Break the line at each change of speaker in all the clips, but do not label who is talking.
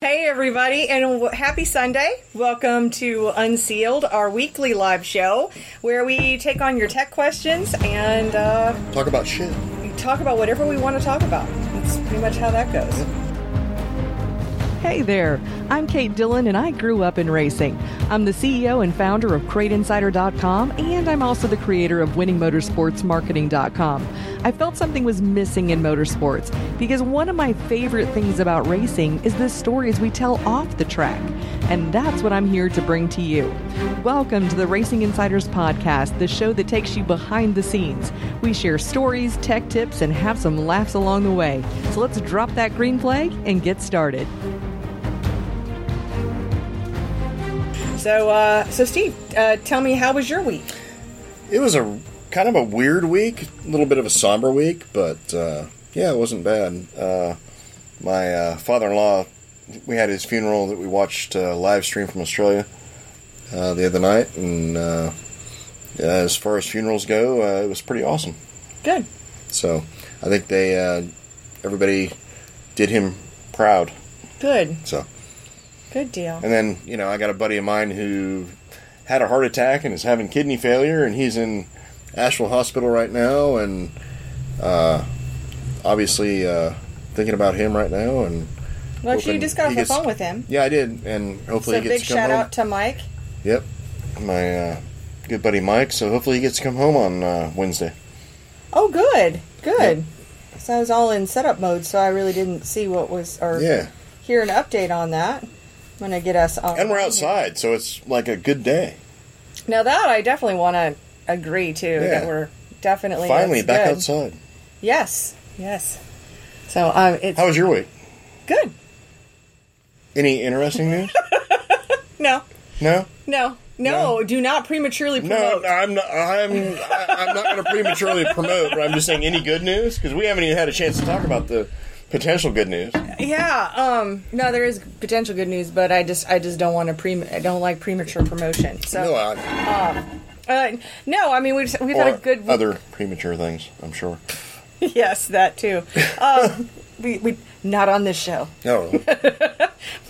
Hey, everybody, and w- happy Sunday. Welcome to Unsealed, our weekly live show where we take on your tech questions and uh,
Talk about shit.
we talk about whatever we want to talk about. That's pretty much how that goes.
Hey there, I'm Kate Dillon and I grew up in racing. I'm the CEO and founder of CrateInsider.com and I'm also the creator of WinningMotorsportsMarketing.com. I felt something was missing in motorsports because one of my favorite things about racing is the stories we tell off the track. And that's what I'm here to bring to you. Welcome to the Racing Insiders Podcast, the show that takes you behind the scenes. We share stories, tech tips, and have some laughs along the way. So let's drop that green flag and get started.
So, uh, so Steve, uh, tell me, how was your week?
It was a kind of a weird week, a little bit of a somber week, but uh, yeah, it wasn't bad. Uh, my uh, father-in-law, we had his funeral that we watched uh, live stream from Australia uh, the other night, and uh, yeah, as far as funerals go, uh, it was pretty awesome.
Good.
So I think they, uh, everybody, did him proud.
Good.
So.
Good deal.
And then, you know, I got a buddy of mine who had a heart attack and is having kidney failure, and he's in Asheville Hospital right now, and uh, obviously uh, thinking about him right now. And
Well, actually, you
hoping
just got off
he
the
gets-
phone with him.
Yeah, I did, and
So,
hopefully he
big
gets to come
shout
home.
out to Mike.
Yep, my uh, good buddy Mike. So hopefully he gets to come home on uh, Wednesday.
Oh, good. Good. So, I was all in setup mode, so I really didn't see what was, or
Yeah,
hear an update on that. I'm going to get us on.
and we're outside, so it's like a good day.
Now that I definitely want to agree to that
Yeah.
we're definitely
Finally
that's
back
Oh, good.
outside.
Yes, yes. So um, it's
How was your week?
good.
Any interesting news?
No,
No.
no, no, Do not prematurely
No,
promote.
I'm not. I'm. I- I'm not going to prematurely promote. But I'm just saying any good news because we haven't even had a chance to talk about the potential good news.
Yeah. Um. No, there is potential good news, but I just I just don't want to pre. I don't like premature promotion.
No,
So
I,
uh, no. I mean we've we've
or
had a good week.
other premature things. I'm sure.
yes that too. Um. we we not on this show.
No,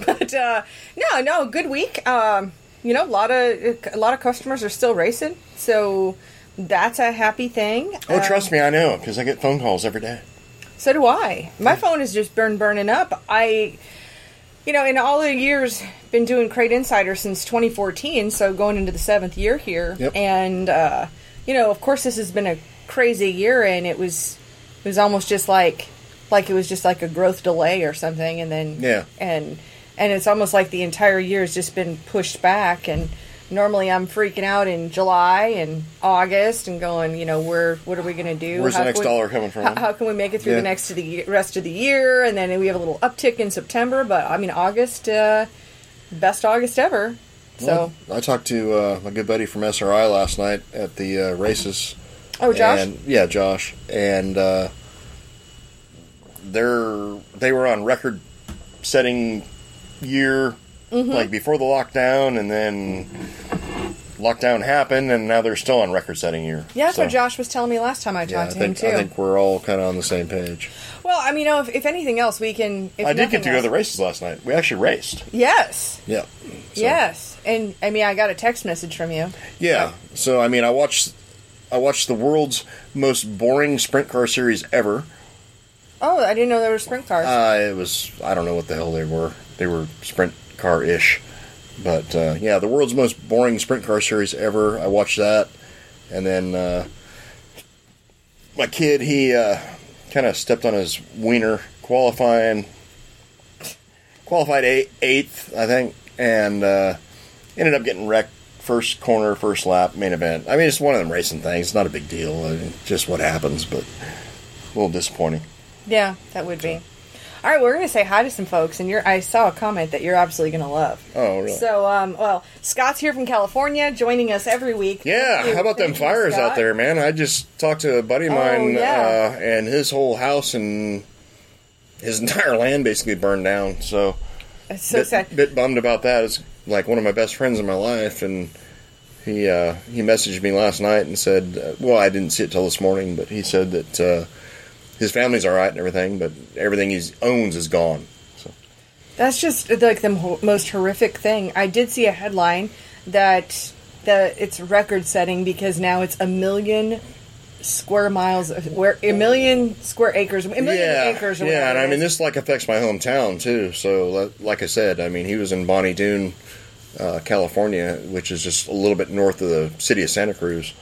but uh, no, no, good week. Um, you know, a lot of a lot of customers are still racing, so that's a happy thing.
oh,
Uh,
trust me, I know because I get phone calls every day.
so do I. My phone is just burn burning up. I, you know, in all the years been doing Crate Insider since 2014, so going into the seventh year here,
Yep.
and uh, you know, of course, this has been a crazy year, and it was it was almost just like like it was just like a growth delay or something, and then
Yeah.
and and it's almost like the entire year has just been pushed back and. Normally, I'm freaking out in July and August and going, you know, where what are we going to do?
Where's the
How
next
can we-
dollar coming from?
How, how can we make it through the
Yeah.
next to the ye- rest of the year? And then we have a little uptick in September, but I mean August, uh, best August ever. So,
I talked to uh, my good buddy from SRI last night at the uh, races.
oh Josh,
And, yeah, Josh, and uh, they're they were on record-setting year
Mm-hmm.
like before the lockdown, and then lockdown happened, and now they're still on record-setting year.
yeah, that's
So,
what Josh was telling me last time I talked
Yeah, I
to
think,
him
I
too.
think we're all kind of on the same page.
well, I mean, you know, if, if anything else, we can. If
I did get
nothing
to go to
else-
the races last night. We actually raced.
Yes,
Yeah. So-
yes, and I mean, I got a text message from you.
Yeah. So I mean, I watched I watched the world's most boring sprint car series ever.
Oh, I didn't know there were sprint cars.
Uh, it was I don't know what the hell they were. They were sprint car ish, but uh, yeah, the world's most boring sprint car series ever. I watched that, and then uh, my kid he uh, kind of stepped on his wiener qualifying. Qualified eight, eighth, I think, and uh, ended up getting wrecked first corner, first lap, main event. I mean, it's one of them racing things. It's not a big deal. I mean, just what happens, but a little disappointing.
yeah, that would be. All right, we're going to say hi to some folks, and you're, I saw a comment that you're absolutely going to love.
Oh, really?
So, um, well, Scott's here from California, joining us every week.
Yeah,
Thank you.
how about them
Thank you,
fires out
Scott.
there, man? I just talked to a buddy of
Oh,
mine,
yeah.
uh, and his whole house and his entire land basically burned down. So,
It's so
bit,
sad.
bit bummed about that. It's like one of my best friends in my life, and he uh, he messaged me last night and said, uh, "Well, I didn't see it till this morning, but he said that uh, his family's all right and everything, but everything he owns is gone." So,
That's just like the mo- most horrific thing. I did see a headline that the it's record setting because now it's a million square miles of where a million square acres, a million
yeah,
acres. Or
yeah,
whatever
and
it
I mean
is.
this like affects my hometown too. So, li- like I said, I mean he was in Bonnie Doon, uh, California, which is just a little bit north of the city of Santa Cruz,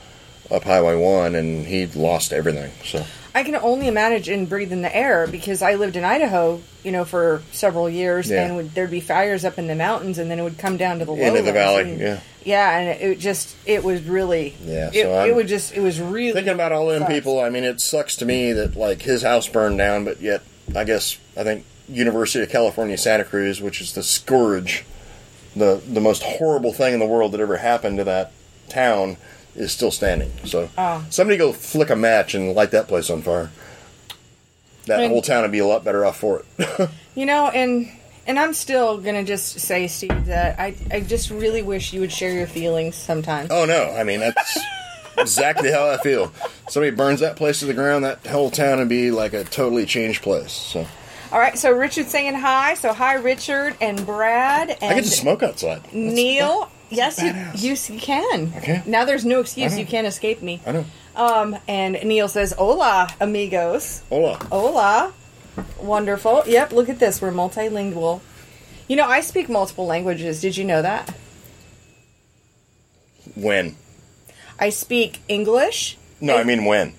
up Highway One, and he lost everything. So,
I can only imagine breathing the air because I lived in Idaho, you know, for several years,
Yeah.
and would, there'd be fires up in the mountains, and then it would come down to the
Into the
lowlands,
valley,
and-
yeah.
yeah, and it just it was really,
Yeah,
it,
so I'm-
it would just it was really
thinking about all them
sucks.
people, I mean it sucks to me that like his house burned down, but yet I guess I think University of California Santa Cruz, which is the scourge, the the most horrible thing in the world that ever happened to that town, is still standing. So
Oh.
somebody go flick a match and light that place on fire. That
And-
whole town would be a lot better off for it.
You know, and and I'm still gonna just say, Steve, that I I just really wish you would share your feelings sometimes.
oh no, I mean that's exactly how I feel. Somebody burns that place to the ground, that whole town would be like a totally changed place. So
All right, so Richard's saying hi. So hi, Richard and Brad and
I get to smoke outside. That's-
Neil. Yes, you, you s- you can.
Okay.
Now there's no excuse.
know.
You can't escape me.
I know.
Um, and Neil says, "Hola, amigos."
Hola.
Hola. Wonderful. Yep. Look at this. We're multilingual. You know, I speak multiple languages. Did you know that?
When?
I speak English.
No, I mean when.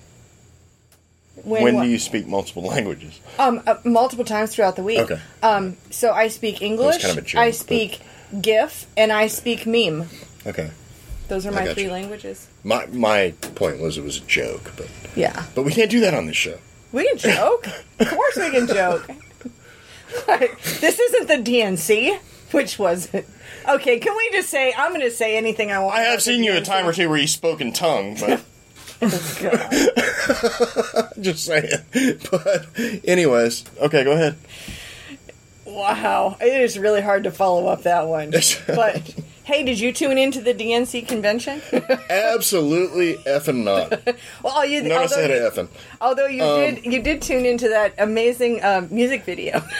When,
what-
do you speak multiple languages?
Um, uh, multiple times throughout the week.
Okay.
Um, so I speak English.
kind of a joke,
I
but-
speak GIF and I speak meme.
Okay.
Those are
I
my
got
three
you.
languages.
My my point was it was a joke, but
Yeah.
but we can't do that on this show.
We can joke. of course we can joke. But this isn't the DNC, which was it? Okay, can we just say I'm going to say anything I want?
I have
about the
seen you a
DNC.
time or two where you spoke in tongue, but
God.
just saying. But anyways, okay, go ahead.
Wow, it is really hard to follow up that one. But hey, did you tune into the DNC convention?
Absolutely effing not.
Well, you
No, I
although
said Um,
you-
effing.
Although you did, you did tune into that amazing um, music video.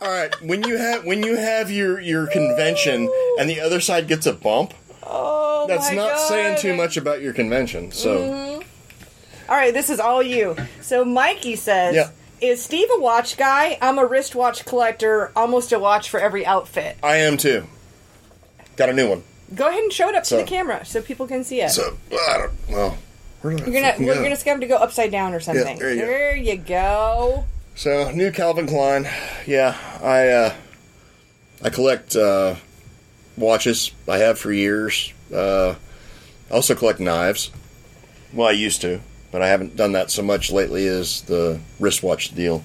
All right, when you have when you have your your convention and the other side gets a bump,
Oh,
that's
my
not
God. Mm-hmm.
saying too much about your convention. So
All right, this is all you. So Mikey says,
Yeah.
"Is Steve a watch guy? I'm a wristwatch collector, almost a watch for every outfit."
I am too. Got a new one.
Go ahead and show it up
So-
to the camera so people can see it.
So I don't. Well, where do I
you're gonna
fucking
we're
go?
gonna have to go upside down or something.
there you go.
you go.
So new Calvin Klein. Yeah, I uh, I collect uh, watches. I have for years. Uh, I also collect knives. Well, I used to, but I haven't done that so much lately. Is the wristwatch deal?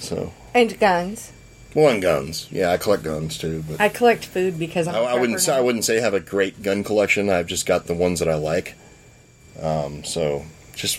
So
And guns.
well, and guns. Yeah, I collect guns too, but.
I collect food because I'm.
I,
a
I wouldn't
prepper
say
now.
I wouldn't say I have a great gun collection. I've just got the ones that I like. Um, so just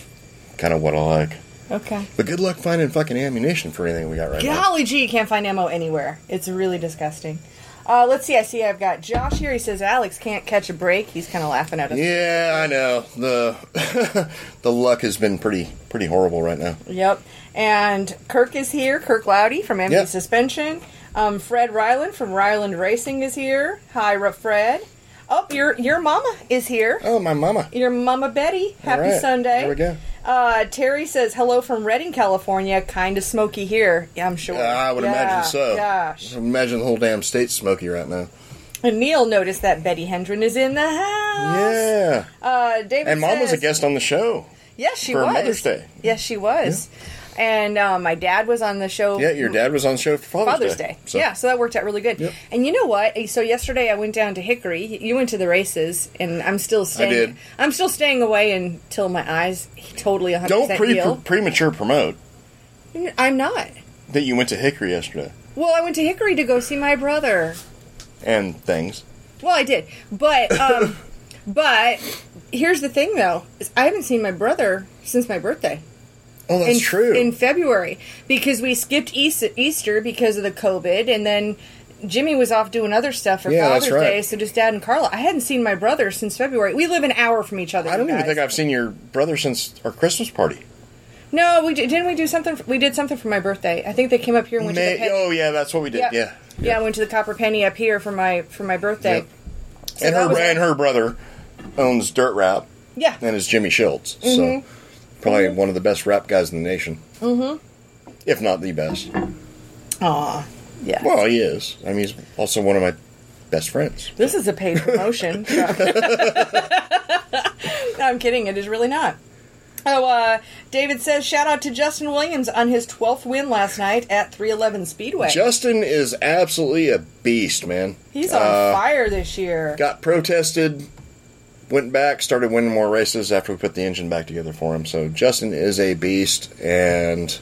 kind of what I like.
Okay.
But good luck finding fucking ammunition for anything we got right now.
Golly gee, you can't find ammo anywhere. It's really disgusting. Uh, let's see. I see. I've got Josh here. He says Alex can't catch a break. He's kind of laughing at us.
Yeah, I know. The the luck has been pretty pretty horrible right now.
Yep. And Kirk is here. Kirk Loudy from MD
Yep.
Suspension. Um, Fred Ryland from Ryland Racing is here. Hi, Ru- Fred. Oh, your your mama is here.
Oh, my mama.
Your mama Betty. Happy
All right,
Sunday.
There we go.
Uh, Terry says hello from Redding, California. Kind of smoky here. Yeah, I'm sure.
Yeah, I would
Yeah,
imagine so.
Gosh.
Imagine the whole damn state's smoky right now.
And Neil noticed that Betty Hendren is in the house.
Yeah.
Uh, David
And mom was a
says-
guest on the show.
Yes, she
for
was.
Mother's Day.
Yes, she was. And uh, my dad was on the show.
Yeah, your dad was on the show for Father's,
Father's Day.
So-
Yeah, so that worked out really good.
Yep.
And you know what? So yesterday I went down to Hickory. You went to the races, and I'm still staying.
did.
am still staying away until my eyes totally 100
Don't pre- pre-
heal.
premature promote
I'm not.
that you went to Hickory yesterday
Well, I went to Hickory to go see my brother.
and things.
Well, I did, but um, but here's the thing though: is I haven't seen my brother since my birthday.
Oh, that's
in,
true.
in February because we skipped Eas- Easter because of the COVID, and then Jimmy was off doing other stuff for
Yeah, that's
Father's
right.
Day. So just Dad and Carla. I hadn't seen my brother since February. We live an hour from each other.
I don't
you
even
guys.
think I've seen your brother since our Christmas party.
No, we did, didn't. We do something. For, we did something for my birthday. I think they came up here and went to
May,
the penny.
oh yeah, that's what we did.
Yep.
Yeah,
yeah, I went to the Copper Penny up here for my for my birthday.
Yep. and
that
her
was-
and her brother owns Dirt Rap
Yeah,
and is Jimmy Schultz. So
Mm-hmm.
probably one of the best rap guys in the nation. Mm-hmm. If not the best.
Aw, yeah.
Well, he is. I mean, he's also one of my best friends.
This is a paid promotion. so. no, I'm kidding. It is really not. Oh, uh, David says shout out to Justin Williams on his 12th win last night at 311 Speedway.
Justin is absolutely a beast, man.
He's on
Uh,
fire this year.
Got protested, went back, started winning more races after we put the engine back together for him. So Justin is a beast and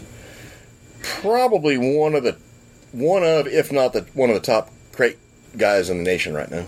probably one of the one of if not the one of the top crate guys in the nation right now.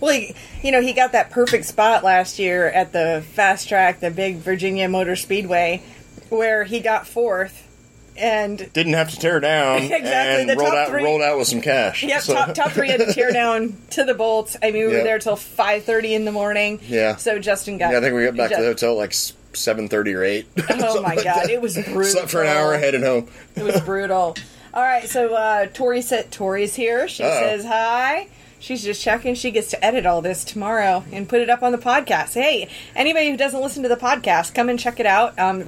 Well, he, you know, he got that perfect spot last year at the fast track, the big Virginia Motor Speedway, where he got fourth. And
Didn't have to tear down
Exactly,
and
the
rolled
top
out
three.
rolled out with some cash.
Yep,
So-
top, top three had to tear down to the bolts. I mean, we
Yeah.
were there till five thirty in the morning.
Yeah.
So Justin got.
Yeah, I think we got back to the
Ju-
hotel at like seven thirty or eight.
Oh my god, it was brutal.
Slept for an hour, headed home.
It was brutal. All right, so uh, Tori said Tori's here. She
Uh-oh.
says hi. She's just checking. She gets to edit all this tomorrow and put it up on the podcast. Hey, anybody who doesn't listen to the podcast, come and check it out. Um,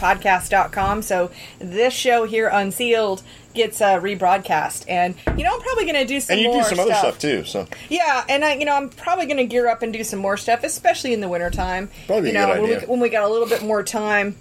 RacingInsidersPodcast.com. So this show here, Unsealed, gets uh, rebroadcast. And, you know, I'm probably going to do some
And you
more
do some other stuff too. So
yeah, and I, you know, I'm probably going to gear up and do some more stuff, especially in the wintertime.
Probably a
you know,
good
when,
idea.
We, when we got a little bit more time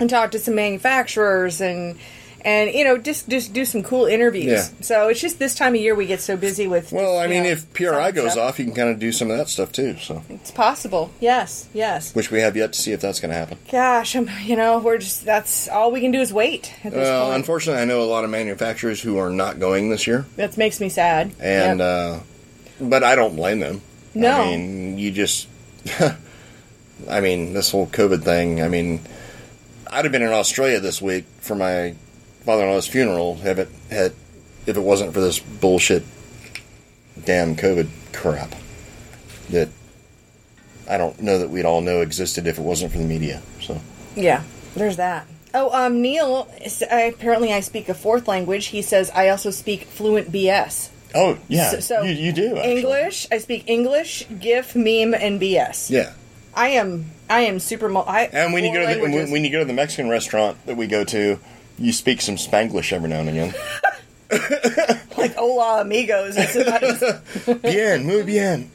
and talk to some manufacturers and and you know just just do some cool interviews.
Yeah.
So it's just this time of year we get so busy with.
well, I
you
mean,
know,
if PRI
sound
goes
stuff.
off, you can kind of do some of that stuff too. So
it's possible. Yes, yes.
which we have yet to see if that's going to happen.
Gosh, I'm, you know, we're just that's all we can do is wait. At this
Well,
point.
unfortunately, I know a lot of manufacturers who are not going this year,
that makes me sad.
and
Yep.
uh, but I don't blame them.
No.
I mean, you just, I mean, this whole COVID thing. I mean, I'd have been in Australia this week for my father-in-law's funeral. Have it had if it wasn't for this bullshit, damn COVID crap that I don't know that we'd all know existed if it wasn't for the media. So.
Yeah, there's that. Oh, um, Neil, s- I- apparently I speak a fourth language. He says I also speak fluent BS.
Oh yeah,
So, so
you, you do actually.
English. I speak English, GIF, meme, and BS.
Yeah.
I am. I am super. Mul- I,
And when you
four
go to the,
languages.
when, when you go to the Mexican restaurant that we go to, you speak some Spanglish every now and again.
like hola amigos, it's about as-
bien, muy bien.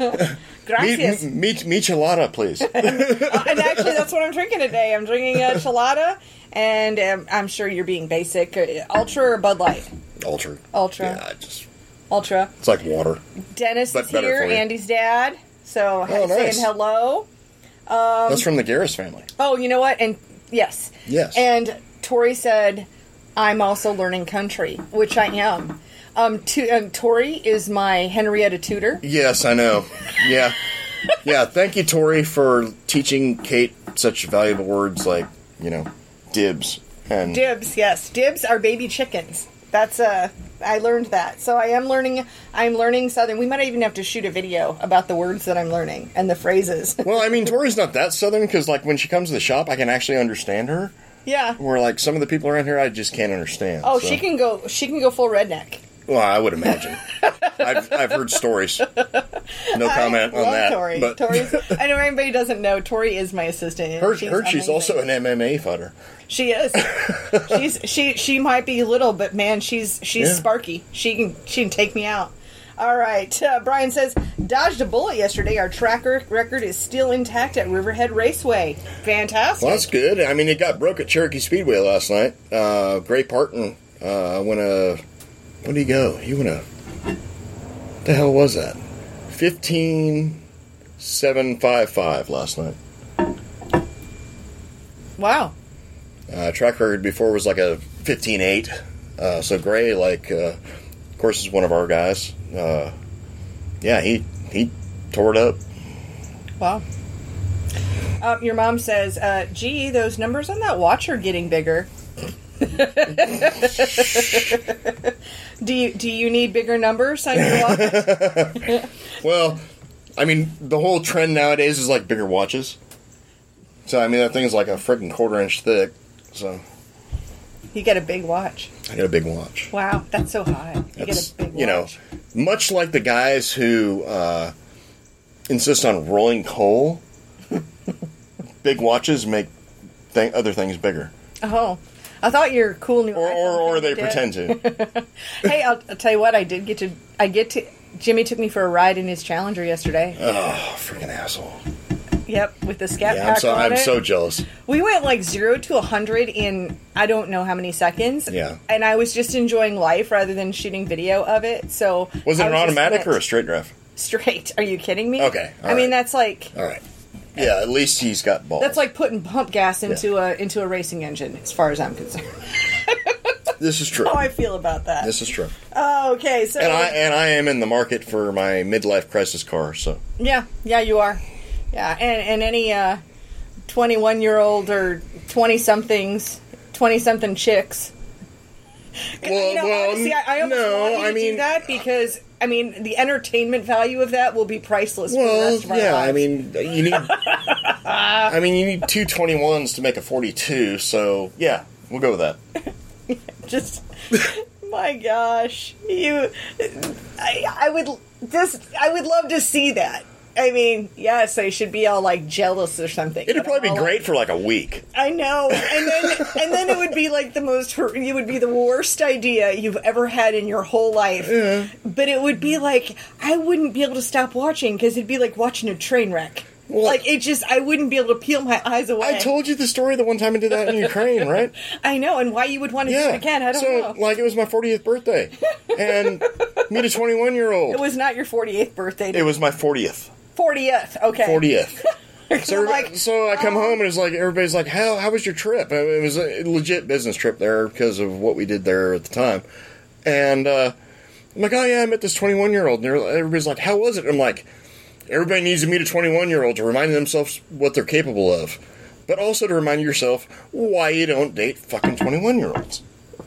Meet
gracias.
meet michelada, please.
Uh, and actually, that's what I'm drinking today. I'm drinking a chelada, and um, I'm sure you're being basic. Uh, Ultra or Bud Light?
Ultra.
Ultra.
Yeah, I just
Ultra.
it's like water.
Dennis
But
is
better
here,
for you.
Andy's dad. So
Oh, nice.
saying hello. Um,
That's from the Garris family.
Oh, you know what? And yes.
Yes.
And Tori said, I'm also learning country, which I am. Um, to, um, Tori is my Henrietta tutor.
Yes, I know. Yeah, yeah. Thank you, Tori, for teaching Kate such valuable words like you know, dibs and
Dibs, yes. Dibs are baby chickens. That's uh I learned that. So I am learning I'm learning southern. We might even have to shoot a video about the words that I'm learning and the phrases.
Well, I mean, Tori's not that southern because like when she comes to the shop, I can actually understand her.
yeah.
Where like some of the people around here, I just can't understand.
Oh,
so-
she can go she can go full redneck.
Well, I would imagine. I've, I've heard stories. No comment on
Love
that.
Tori.
But
Tori's I know anybody doesn't know, Tori is my assistant. and
heard, heard she's
amazing.
also an MMA fighter.
She is. she's she she might be little, but man, she's she's
Yeah.
sparky. She can she can take me out. All right, uh, Brian says dodged a bullet yesterday. Our tracker record is still intact at Riverhead Raceway. Fantastic.
Well, that's good. I mean, it got broke at Cherokee Speedway last night. Uh, Gray Parton uh, went a. Where did he go? He went a. What the hell was that? Fifteen seven five five last night.
Wow.
Uh, track record before was like a 15.8. Uh, so Gray, like, uh, of course, is one of our guys. Uh, yeah, he he tore it up.
Wow. Um, your mom says, uh, "Gee, those numbers on that watch are getting bigger." do you do you need bigger numbers on your watch?
Well, I mean, the whole trend nowadays is like bigger watches. So I mean, that thing's like a freaking quarter inch thick. So
You get a big watch.
I got a big watch.
Wow, that's so hot. You
That's
get a big watch.
you know, much like the guys who uh, insist on rolling coal. big watches make th- other things bigger,
Oh, I thought your cool new.
or
iPhone
or, or
kinda
they
did.
pretend to.
Hey, I'll, I'll tell you what. I did get to. I get to. Jimmy took me for a ride in his Challenger yesterday.
oh, freaking asshole!
Yep, with the scat
Yeah,
pack
I'm so
on
I'm
it.
so jealous.
we went like zero to a hundred in I don't know how many seconds.
Yeah.
and I was just enjoying life rather than shooting video of it. So
Was it
I
an
just
automatic or a
went
straight drive?
straight? Are you kidding me?
Okay,
I
all
mean
right.
that's like
All right. Yeah, at least he's got balls.
that's like putting pump gas into a into a racing engine, as far as I'm concerned.
this is true.
How Oh, I feel about that.
This is true.
oh, okay, so
And I and I am in the market for my midlife crisis car. So
Yeah, yeah, you are. Yeah, and and any uh, twenty-one year old or twenty somethings, twenty something chicks.
Well,
you know,
well,
honestly, I, I almost
no,
want you
I
to do
mean-
that because I mean the entertainment value of that will be priceless. for the
well,
rest of our
yeah. I
lives.
mean, you need. I mean, you need two 21s to make a forty-two. So yeah, we'll go with that.
just my gosh, you. I, I would just I would love to see that. I mean, yes, I should be all like jealous or something.
It'd
but
probably
I'm
be
all
great for like a week.
I know, and then and then it would be like the most. hor- You would be the worst idea you've ever had in your whole life. But it would be like I wouldn't be able to stop watching because it'd be like watching a train wreck.
Well-
like it just, I wouldn't be able to peel my eyes away.
I told you the story the one time I did that in Ukraine, right?
I know, and why you would want to do
Yeah.
it again? I don't
so,
know.
like, it was my 40th birthday, and meet a 21 year old.
it was not your forty eighth birthday.
It was my 40th.
Fortieth, okay.
40th. So,
I'm
everybody-
like, "Oh."
so I come home and it's like everybody's like, "How how was your trip?" I mean, it was a legit business trip there because of what we did there at the time, and uh, I'm like, "Oh yeah, I met this 21 year old," and they're- everybody's like, "How was it?" I'm like, "Everybody needs to meet a 21 year old to remind themselves what they're capable of, but also to remind yourself why you don't date fucking 21 year olds."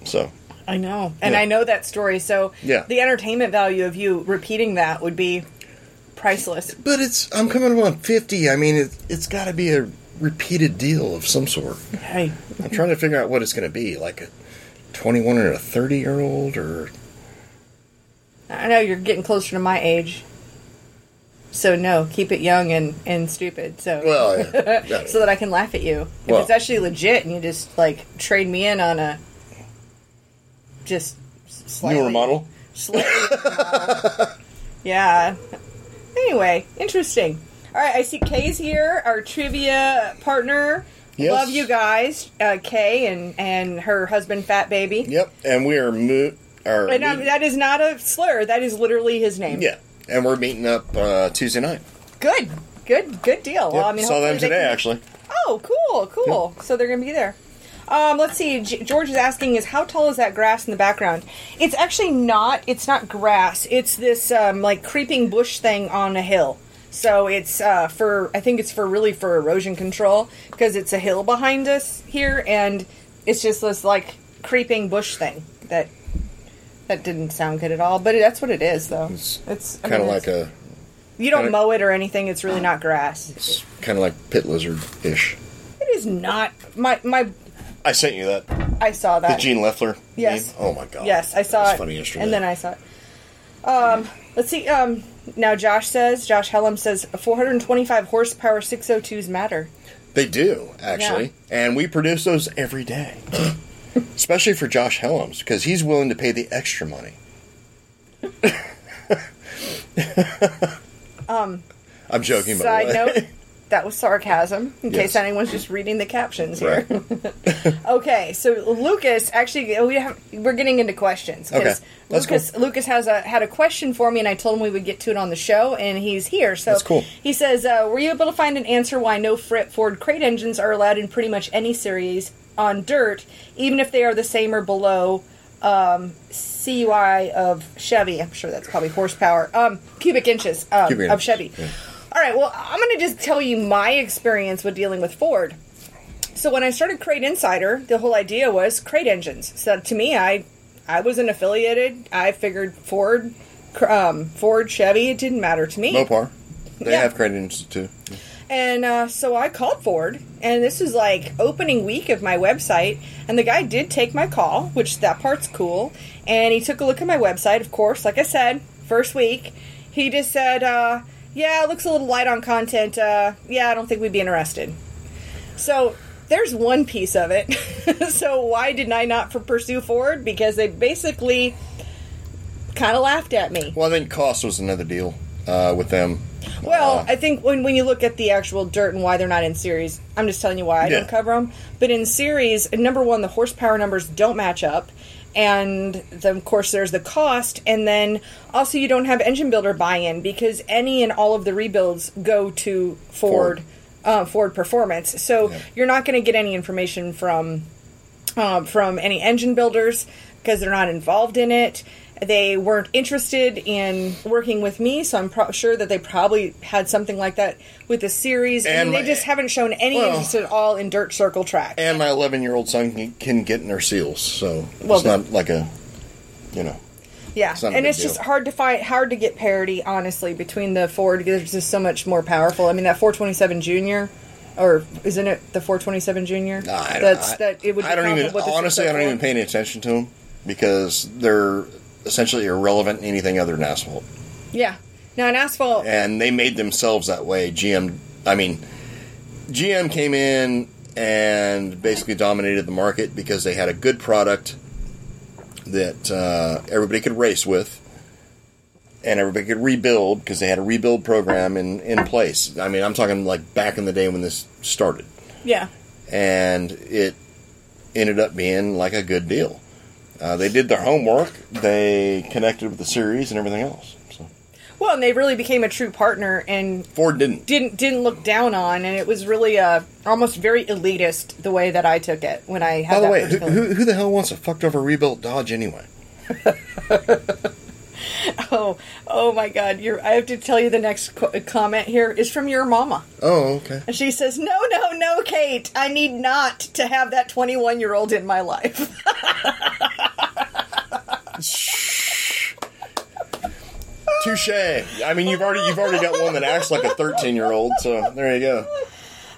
So
I know, and
Yeah.
I know that story. So
Yeah.
the entertainment value of you repeating that would be priceless.
But it's I'm coming up on fifty. I mean, it, it's got to be a repeated deal of some sort.
Hey,
I'm trying to figure out what it's going to be, like a 21 or a 30 year old, or
I know you're getting closer to my age. So no, keep it young and, and stupid. So
well, yeah.
so that I can laugh at you. If
Well-
it's actually legit and you just like trade me in on a just s- slightly
newer model.
Slightly newer model. Yeah. Anyway, interesting. All right, I see Kay's here, our trivia partner.
Yes.
Love you guys, uh, Kay and and her husband, Fat Baby.
Yep, and we are mo- are
And um,
meet-
that is not a slur. That is literally his name.
yeah, and we're meeting up uh, Tuesday night.
Good, good, good deal. Well, I
Yep,
mean,
saw them
hopefully they
today
can-
actually.
Oh, cool, cool. So they're gonna be there. Um, let's see. G- George is asking, is how tall is that grass in the background? It's actually not. It's not grass. It's this um, like creeping bush thing on a hill. So it's uh, for. I think it's for really for erosion control because it's a hill behind us here, and it's just this like creeping bush thing that. That didn't sound good at all, but that's what it is, though. It's, I
Kind of
mean,
like a
you don't
kinda-
mow it or anything. It's really not grass.
kind of like pit lizard ish.
It is not my my.
I sent you that the
I saw that.
Gene Leffler.
Uh, Yes.
meme? Oh my god.
Yes, I saw
that was
it.
Funny yesterday.
and then I saw it. Um, let's see. Um, now Josh says, Josh Hellum says, 425 horsepower 602s matter.
They do, actually. And we produce those every day. Especially for Josh Helms, because he's willing to pay the extra money. I'm joking, by
Um, Side
the way.
note, that was sarcasm. In
Yes.
case anyone's just reading the captions here.
Right.
okay, so Lucas, actually, we have we're getting into questions because
Okay, that's
Lucas Lucas has a had a question for me, and I told him we would get to it on the show, and he's here. So
That's cool.
He says, uh, "Were you able to find an answer why no frit Ford crate engines are allowed in pretty much any series on dirt, even if they are the same or below?" Um, CUI of Chevy. I'm sure that's probably horsepower. Um, cubic inches um,
Cubic
of
inches,
Chevy.
yeah.
All right. Well, I'm going to just tell you my experience with dealing with Ford. So when I started Crate Insider, the whole idea was crate engines. So to me, I I was an affiliated. I figured Ford, cr- um, Ford, Chevy. It didn't matter to me.
Mopar. They
Yeah.
have credit engines too.
And uh, so I called Ford, and this is like opening week of my website. And the guy did take my call, which that part's cool. And he took a look at my website, of course. Like I said, first week, he just said, uh, "Yeah, it looks a little light on content. Uh, yeah, I don't think we'd be interested." So there's one piece of it. so why didn't I not for pursue Ford? Because they basically kind of laughed at me.
Well, I think cost was another deal uh, with them.
Well,
Uh,
I think when, when you look at the actual dirt and why they're not in series, I'm just telling you why I
Yeah.
don't cover them. But in series, number one, the horsepower numbers don't match up. And then, of course, there's the cost. And then also, you don't have engine builder buy in because any and all of the rebuilds go to Ford.
Ford.
Uh, Ford Performance, so
Yeah.
you're not going to get any information from um, from any engine builders because they're not involved in it. They weren't interested in working with me, so I'm pro- sure that they probably had something like that with the series, and,
And
they
my-
just haven't shown any
well- eh,
interest at all in dirt circle track.
and my 11 year old son can, can get in their seals, so
Well,
it's not like a, you know,
yeah,
it's not a
and
big
it's just
deal.
hard to find, hard to get parity, honestly, between the Ford. because It's just so much more powerful. I mean, that 427 Junior. Or isn't it the 427 Junior?
I,
That's
I-
that. It would. Be
I don't
comparable
even
with the
honestly. I don't
604.
even pay any attention to them because they're essentially irrelevant to anything other than asphalt.
Yeah. Now an asphalt.
and they made themselves that way. GM, I mean, GM came in and basically dominated the market because they had a good product that uh, everybody could race with, and everybody could rebuild because they had a rebuild program in in place. I mean, I'm talking like back in the day when this started,
Yeah.
and it ended up being like a good deal. Uh, they did their homework. They connected with the series and everything else. So
Well, and they really became a true partner and
Ford didn't.
didn't didn't look down on, and it was really uh, almost very elitist the way that I took it when I had.
By the
that
way, who,
particular-
who, who the hell wants a fucked over rebuilt Dodge anyway?
oh, oh my God! You're, I have to tell you the next co- comment here is from your mama,
Oh, okay.
and she says, "No, no, no, Kate, I need not to have that 21 year old in my life."
Touche. I mean, you've already you've already got one that acts like a thirteen year old. So there you go.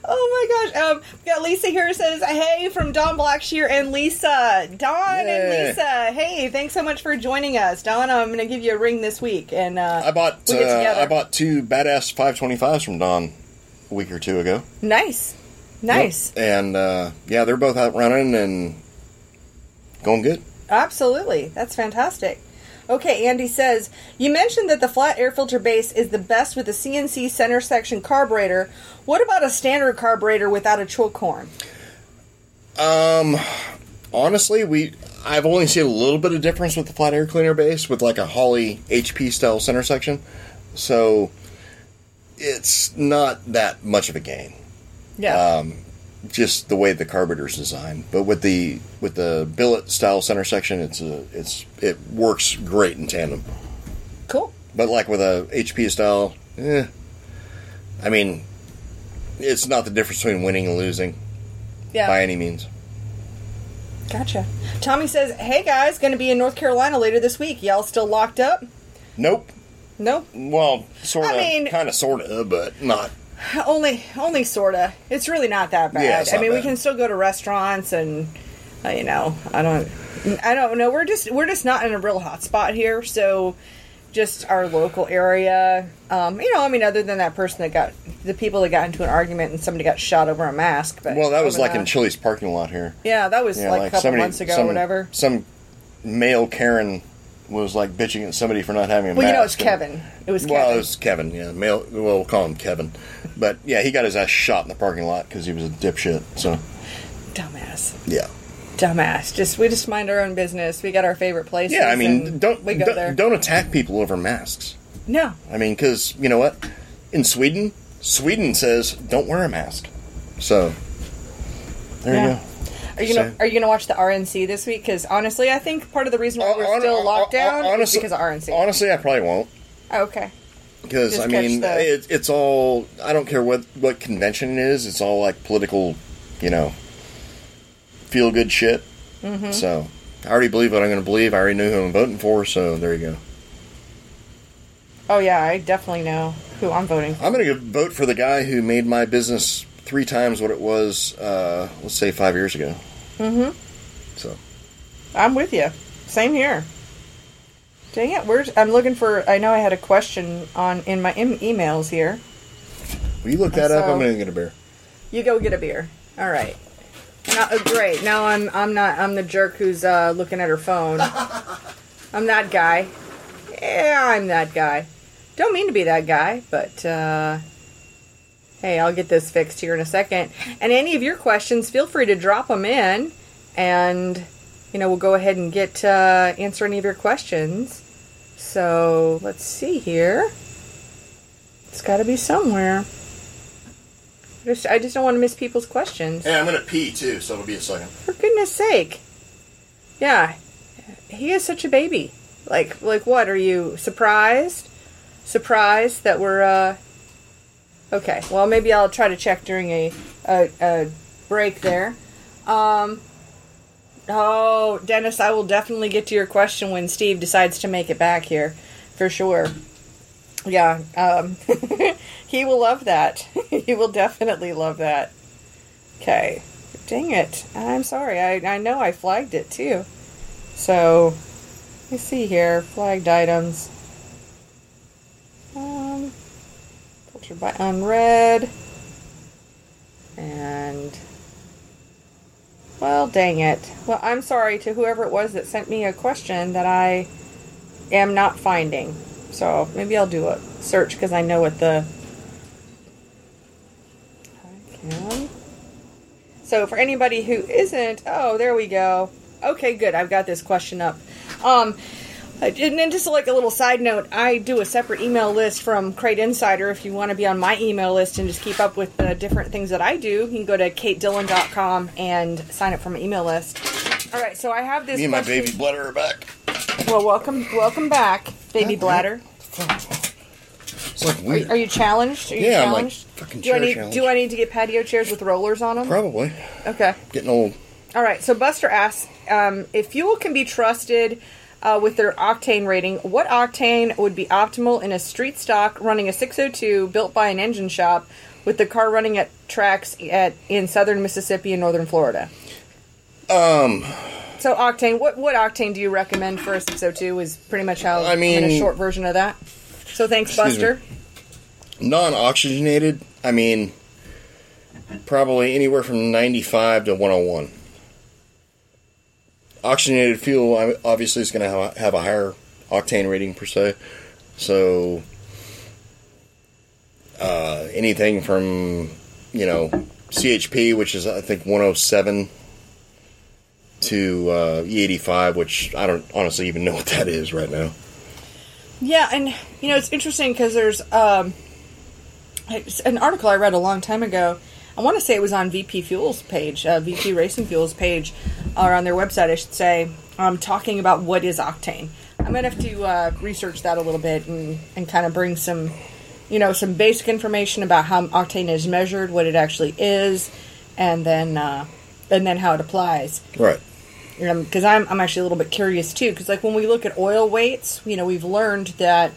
oh my gosh! Um, we got Lisa here says, "Hey, from Don Blackshear and Lisa, Don
Yay.
and Lisa. Hey, thanks so much for joining us, Don. I'm going to give you a ring this week, and uh,
I bought
We get
uh,
together.
I bought two badass five twenty fives from Don a week or two ago.
nice, nice."
Yep. And uh, yeah, they're both out running and going good.
Absolutely. That's fantastic. Okay, Andy says, You mentioned that the flat air filter base is the best with a CNC center section carburetor. What about a standard carburetor without a choke horn?
Honestly, we I've only seen a little bit of difference with the flat air cleaner base with like a Holly HP style center section. So it's not that much of a gain.
Yeah.
just the way the carburetor's designed. But with the with the billet style center section, it's a it's it works great in tandem.
cool.
But like with a HP style, eh, I mean, it's not the difference between winning and losing
Yeah.
by any means.
Gotcha. Tommy says, Hey guys, going to be in North Carolina later this week. Y'all still locked up?
Nope.
Nope.
Well, sort of,
I mean-
kind of, sort of, but not.
Only, only sorta. It's really not that bad.
Yeah, it's
I
not
mean, we
bad.
can still go to restaurants and, uh, you know, I don't, I don't know. We're just, we're just not in a real hot spot here. So, just our local area. Um, you know, I mean, other than that person that got the people that got into an argument and somebody got shot over a mask. But
Well, that was
other
like
than
in Chili's parking lot here.
Yeah, that was
Yeah,
like, a couple
somebody-
months ago
some-
or whatever.
Some male Karen was like bitching at somebody for not having a
Well, you know, it's
mask. and-
Kevin. It was Kevin.
Well, it was Kevin. Yeah, male. Well, we'll call him Kevin. But yeah, he got his ass shot in the parking lot because he was a dipshit. So
dumbass,
yeah,
dumbass. Just we just mind our own business. We got our favorite places.
yeah. I mean,
and
don't
we go
don't,
there?
don't attack people over masks.
no,
I mean, because you know what? In Sweden, Sweden says don't wear a mask. So there
Yeah.
you go.
Are you gonna
So-
Are you gonna watch the RNC this week? Because honestly, I think part of the reason why we're
Hon-
still
hon-
locked down is
honestly-
because of RNC.
Honestly, I probably won't.
Oh, okay.
Because
Just
I mean,
catch the-
it, it's all. I don't care what what convention it is. It's all like political, you know, feel good shit. So I already believe what I'm going to believe. I already knew who I'm voting for. So there you go.
Oh yeah, I definitely know who I'm voting. for.
I'm going to vote for the guy who made my business three times what it was, uh, let's say, five years ago. Mm-hmm. So,
I'm with you. Same here. Dang it, where's I'm looking for? I know I had a question on in my em emails here.
will you look that up?
So-
I'm going to get a beer.
You go get a beer. All right. Now, uh, great. Now I'm I'm not I'm the jerk who's uh, looking at her phone. I'm that guy. Yeah, I'm that guy. Don't mean to be that guy, but uh, hey, I'll get this fixed here in a second. And any of your questions, feel free to drop them in, and you know we'll go ahead and get uh, answer any of your questions. So let's see here. It's got to be somewhere. I just, I just don't want to miss people's questions.
Hey, I'm going to pee too, so it'll be a second.
For goodness sake. Yeah. He is such a baby. Like like what? Are you surprised? Surprised that we're uh Okay. Well maybe I'll try to check during a a, a break there. Um Oh, Dennis, I will definitely get to your question when Steve decides to make it back here, for sure. Yeah, um, he will love that. he will definitely love that. Okay. Dang it. I'm sorry. I, I know I flagged it too. So, let me see here. Flagged items. Um, filtered by unread. And, well, dang it. Well, I'm sorry to whoever it was that sent me a question that I am not finding. So, maybe I'll do a search because I know what the. I can. So for anybody who isn't, oh, there we go. Okay, good. I've got this question up. Um, and then just like a little side note, I do a separate email list from Crate Insider. If you want to be on my email list and just keep up with the different things that I do, you can go to katedillon.com and sign up for my email list. All right, so I have this.
Me and my
question-
baby bladder are back.
Well, welcome, welcome back, baby bladder.
It's like weird.
Are you challenged? Are you
Yeah, I'm, like,
challenged?
fucking
do I
chair
need
challenged.
do I need to get patio chairs with rollers on them?
Probably.
Okay.
Getting old.
All right. So Buster asks um, if fuel can be trusted uh, with their octane rating. What octane would be optimal in a street stock running a 602 built by an engine shop, with the car running at tracks at in southern Mississippi and northern Florida? Um. So octane, what what octane do you recommend for a 602? Is pretty much how
I mean-
a short version of that. So thanks,
Excuse me.
Buster.
Non oxygenated, I mean, probably anywhere from 95 to 101. Oxygenated fuel I- obviously is going to have a higher octane rating per se. So uh, anything from, you know, CHP, which is I think 107, to uh, E85, which I don't honestly even know what that is right now.
Yeah, and you know it's interesting because there's um, it's an article I read a long time ago. I want to say it was on VP Fuels page, uh, VP Racing Fuels page, or on their website, I should say, um, talking about what is octane. I'm gonna have to uh, research that a little bit and, and kind of bring some, you know, some basic information about how octane is measured, what it actually is, and then uh, and then how it applies
Right.
because I'm, I'm actually a little bit curious too because like when we look at oil weights you know we've learned that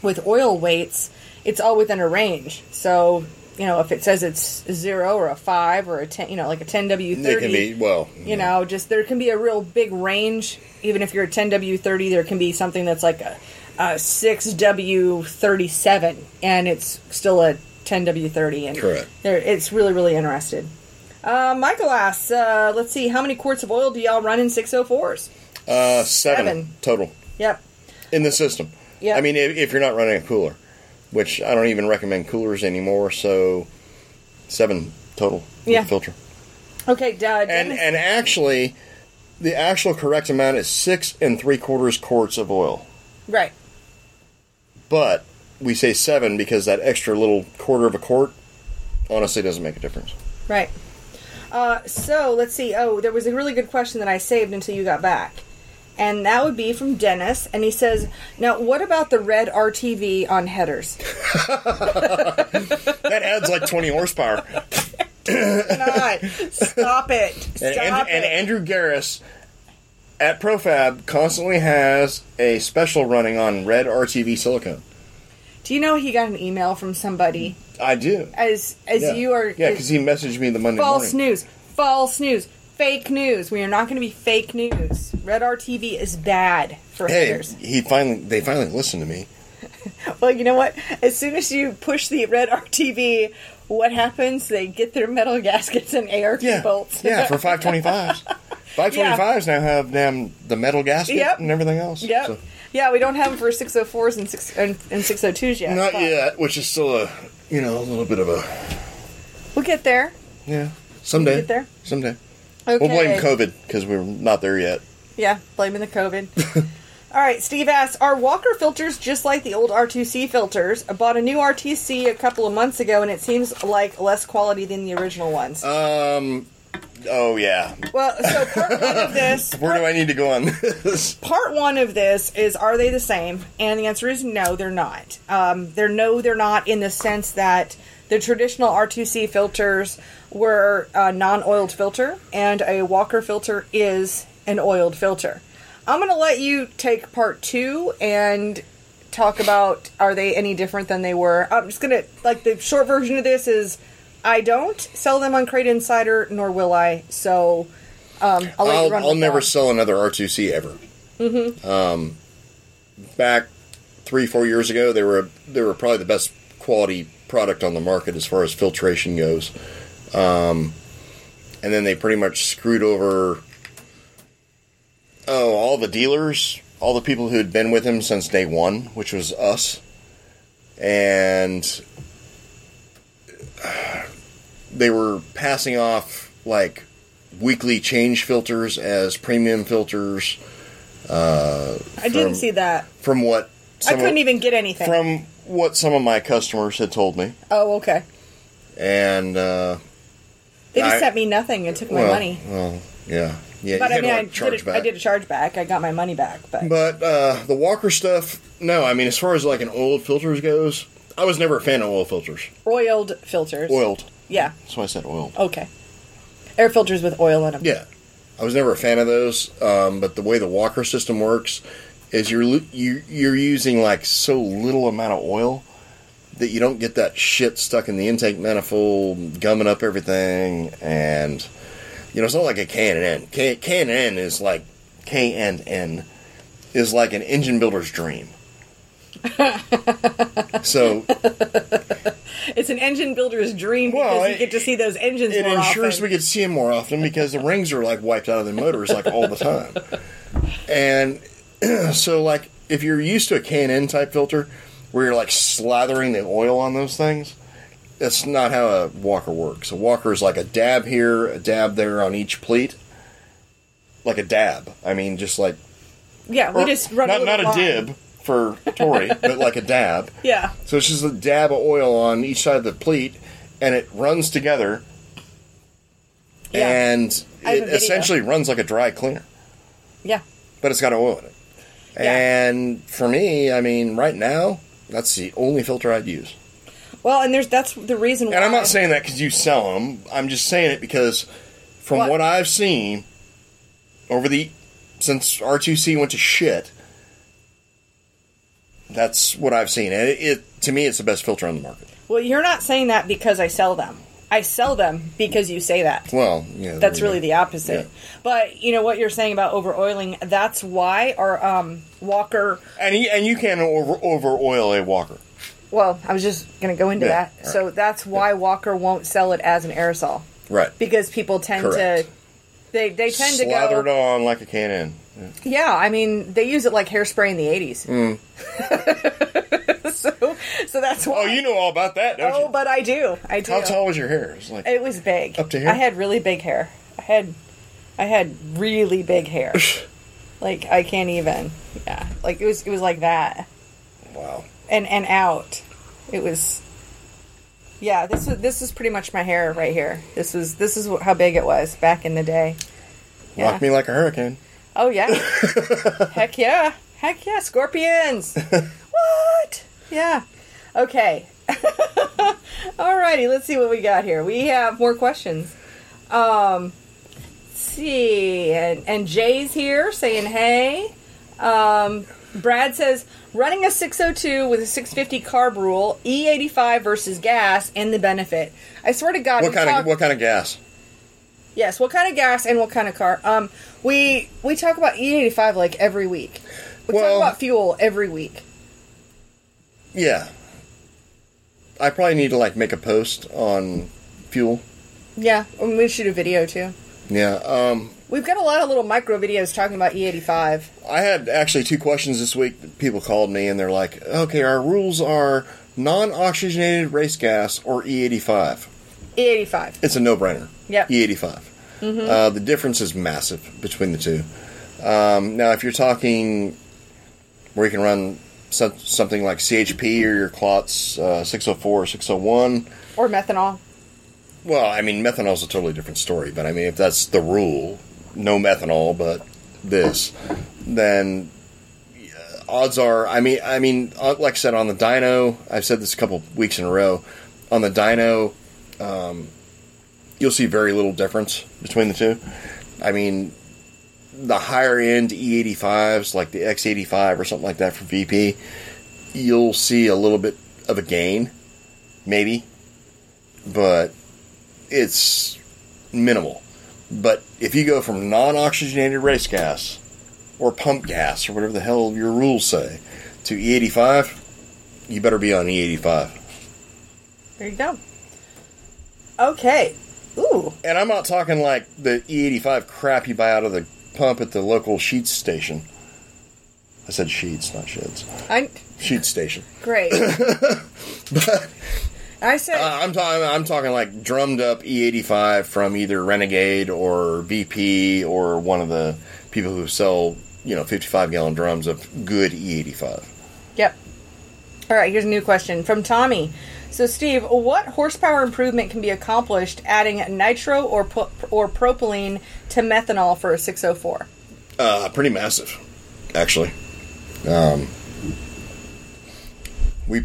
with oil weights it's all within a range so you know if it says it's zero or a five or a ten you know like a 10w30
It can be, well,
you know just there can be a real big range even if you're a 10w30 there can be something that's like a, a 6w37 and it's still a 10w30 and
Correct.
there, it's really really interested uh, michael asks uh, let's see how many quarts of oil do y'all run in 604s
Uh, seven,
Seven.
total
yep
in the system.
Yeah.
I mean, if, if you're not running a cooler, which I don't even recommend coolers anymore, so seven total. with
Yeah.
Filter.
okay uh,
And
Dennis-
and actually, the actual correct amount is six and three quarters quarts of oil,
right
but we say seven because that extra little quarter of a quart honestly doesn't make a difference.
Right. Uh, so let's see. Oh, there was a really good question that I saved until you got back. And that would be from Dennis. And he says, Now, what about the red RTV on headers?
That adds like 20 horsepower.
God, stop it. Stop
And, and,
it.
and Andrew Garris at Profab constantly has a special running on red RTV silicone.
Do you know he got an email from somebody
I do.
as as
yeah.
you are
Yeah, because he messaged me the Monday
false
morning.
news, false news, fake news. We are not going to be fake news. Red RTV is bad for
Hey,
haters.
he finally they finally listened to me.
Well, you know what? As soon as you push the red RTV, what happens? They get their metal gaskets and AR
Yeah,
bolts.
yeah, for five twenty fives. Five twenty fives now have damn the metal gasket
Yep.
and everything else.
Yep.
so-
Yeah, we don't have them for 604s and, six, and, and 602s yet.
Not
but
yet, which is still a you know a little bit of a
We'll get there.
yeah. Someday,
get there?
someday.
Okay.
We'll blame COVID because we're not there yet.
Yeah, blaming the COVID. All right, Steve asks, are Walker filters just like the old R2C filters? I bought a new RTC a couple of months ago, and it seems like less quality than the original ones.
Um. Oh yeah.
well, so part one of this,
Where do I need to go on this?
part one of this is are they the same and the answer is no they're not um, they're no they're not in the sense that the traditional r2c filters were a non-oiled filter and a walker filter is an oiled filter i'm going to let you take part two and talk about are they any different than they were i'm just going to like the short version of this is i don't sell them on crate insider nor will i so um, I'll, let you
I'll,
run
I'll
with
never
that.
sell another R2C ever. Mm-hmm. Um, back three four years ago, they were they were probably the best quality product on the market as far as filtration goes. Um, and then they pretty much screwed over. Oh, all the dealers, all the people who had been with him since day one, which was us, and they were passing off like weekly change filters as premium filters
i didn't
from-
see that
from what
I
some
couldn't
of,
even get anything.
from what some of my customers had told me
oh, okay.
and uh
They just
I-
sent me nothing and took my
well,
money.
well yeah yeah
But
you
I
had to,
mean, I,
like, charge
did a,
back.
I did a charge back. I got my money back. But,
But uh, the Walker stuff, no. I mean, as far as like an oiled filters goes, I was never a fan of oil filters.
oiled filters.
Oiled.
Yeah.
That's why I said oiled.
Okay. Air filters with oil in them.
Yeah, I was never a fan of those. Um, but the way the Walker system works is you're lu- you, you're using like so little amount of oil that you don't get that shit stuck in the intake manifold, gumming up everything, and you know it's not like a K and N. K, K and N is like K and N is like an engine builder's dream. so
It's an engine builder's dream
Well,
because you
it-
get to see those engines
it
more
ensures
often.
we could see them more often because the rings are like wiped out of the motors like all the time. And so like if you're used to a K&N type filter where you're like slathering the oil on those things, that's not how a walker works. A walker is like a dab here, a dab there on each pleat. Like a dab. I mean just like
yeah, we
or
just run
not
a
not
little
a
line.
dib for Tory, but like a dab.
Yeah.
So it's just a dab of oil on each side of the pleat, and it runs together,
Yeah.
and
I have
it
a video.
essentially runs like a dry cleaner,
Yeah.
but it's got oil in it.
Yeah.
And for me, I mean, right now, that's the only filter I'd use.
Well, and there's that's the reason why.
And I'm not saying that because you sell them. I'm just saying it because from
What?
what, I've seen over the since R2C went to shit, that's what I've seen. And it, it to me, it's the best filter on the market.
Well, you're not saying that because I sell them. I sell them because you say that.
Well, yeah, there
That's
you go.
really the opposite. But you know what you're saying about overoiling. That's why our um, Walker
And you, and you can over over oil a walker.
Well, I was just going to go into
Yeah,
that.
all
So that's why Walker won't sell it as an aerosol
Right.
because people tend
Correct.
to they they tend
Slather
to
it
go.
on like a can in.
Yeah, I mean they use it like hairspray in the eighties.
Hmm.
so so that's why.
Oh, you know all about that, don't
Oh,
you?
but I do. I do.
How tall was your hair? It's like
It was big.
Up to here?
I had really big hair. I had I had really big hair. like I can't even. Yeah. Like it was it was like that.
wow.
and and out. It was yeah. This was this is pretty much my hair right here. This was this is wh- how big it was back in the day. Yeah.
Rock me like a hurricane.
Oh yeah. Heck yeah. Heck yeah. Scorpions. what? Yeah. Okay. Alrighty. Let's see what we got here. We have more questions. Um, let's see. And and Jay's here saying hey. Um, Brad says running a 602 with a 650 carb rule, E85 versus gas, and the benefit. I swear to God,
What
we
kind of
talked-
what kind of gas?
Yes, what kind of gas and what kind of car? Um, we we talk about E85 like every week. We
Well-
talk about fuel every week.
Yeah, I probably need to like make a post on fuel.
Yeah, and we shoot a video too.
Yeah, um,
We've got a lot of little micro videos talking about E E85.
I had actually two questions this week. that People called me and they're like, "Okay, our rules are non-oxygenated race gas or E85."
E85.
It's a no-brainer.
E Yep.
E85. Uh, the difference is massive between the two. Um, now, if you're talking where you can run so- something like CHP or your clots uh, 604 or 601,
Or methanol.
well, I mean, methanol's a totally different story, but I mean, if that's the rule, no methanol, but this, then yeah, odds are, I mean, I mean, uh, like I said, on the dyno, I've said this a couple weeks in a row, on the dyno, um, you'll see very little difference between the two. I mean, the higher end E85s, like the X85 or something like that for VP, you'll see a little bit of a gain, maybe, but it's minimal. But if you go from non oxygenated race gas or pump gas or whatever the hell your rules say to E85, you better be on E E85.
There you go. Okay. Ooh.
And I'm not talking like the E85 crap you buy out of the pump at the local sheets station. I said sheets, not sheds.
I'm
Sheets station.
great. I said
Uh, I'm talking. I'm talking like drummed up E85 from either Renegade or VP or one of the people who sell you know 55 gallon drums of good E E85.
Yep. All right, here's a new question from Tommy. So, Steve, what horsepower improvement can be accomplished adding nitro or pu- or propylene to methanol for a 604?
Uh, pretty massive, actually. Um, we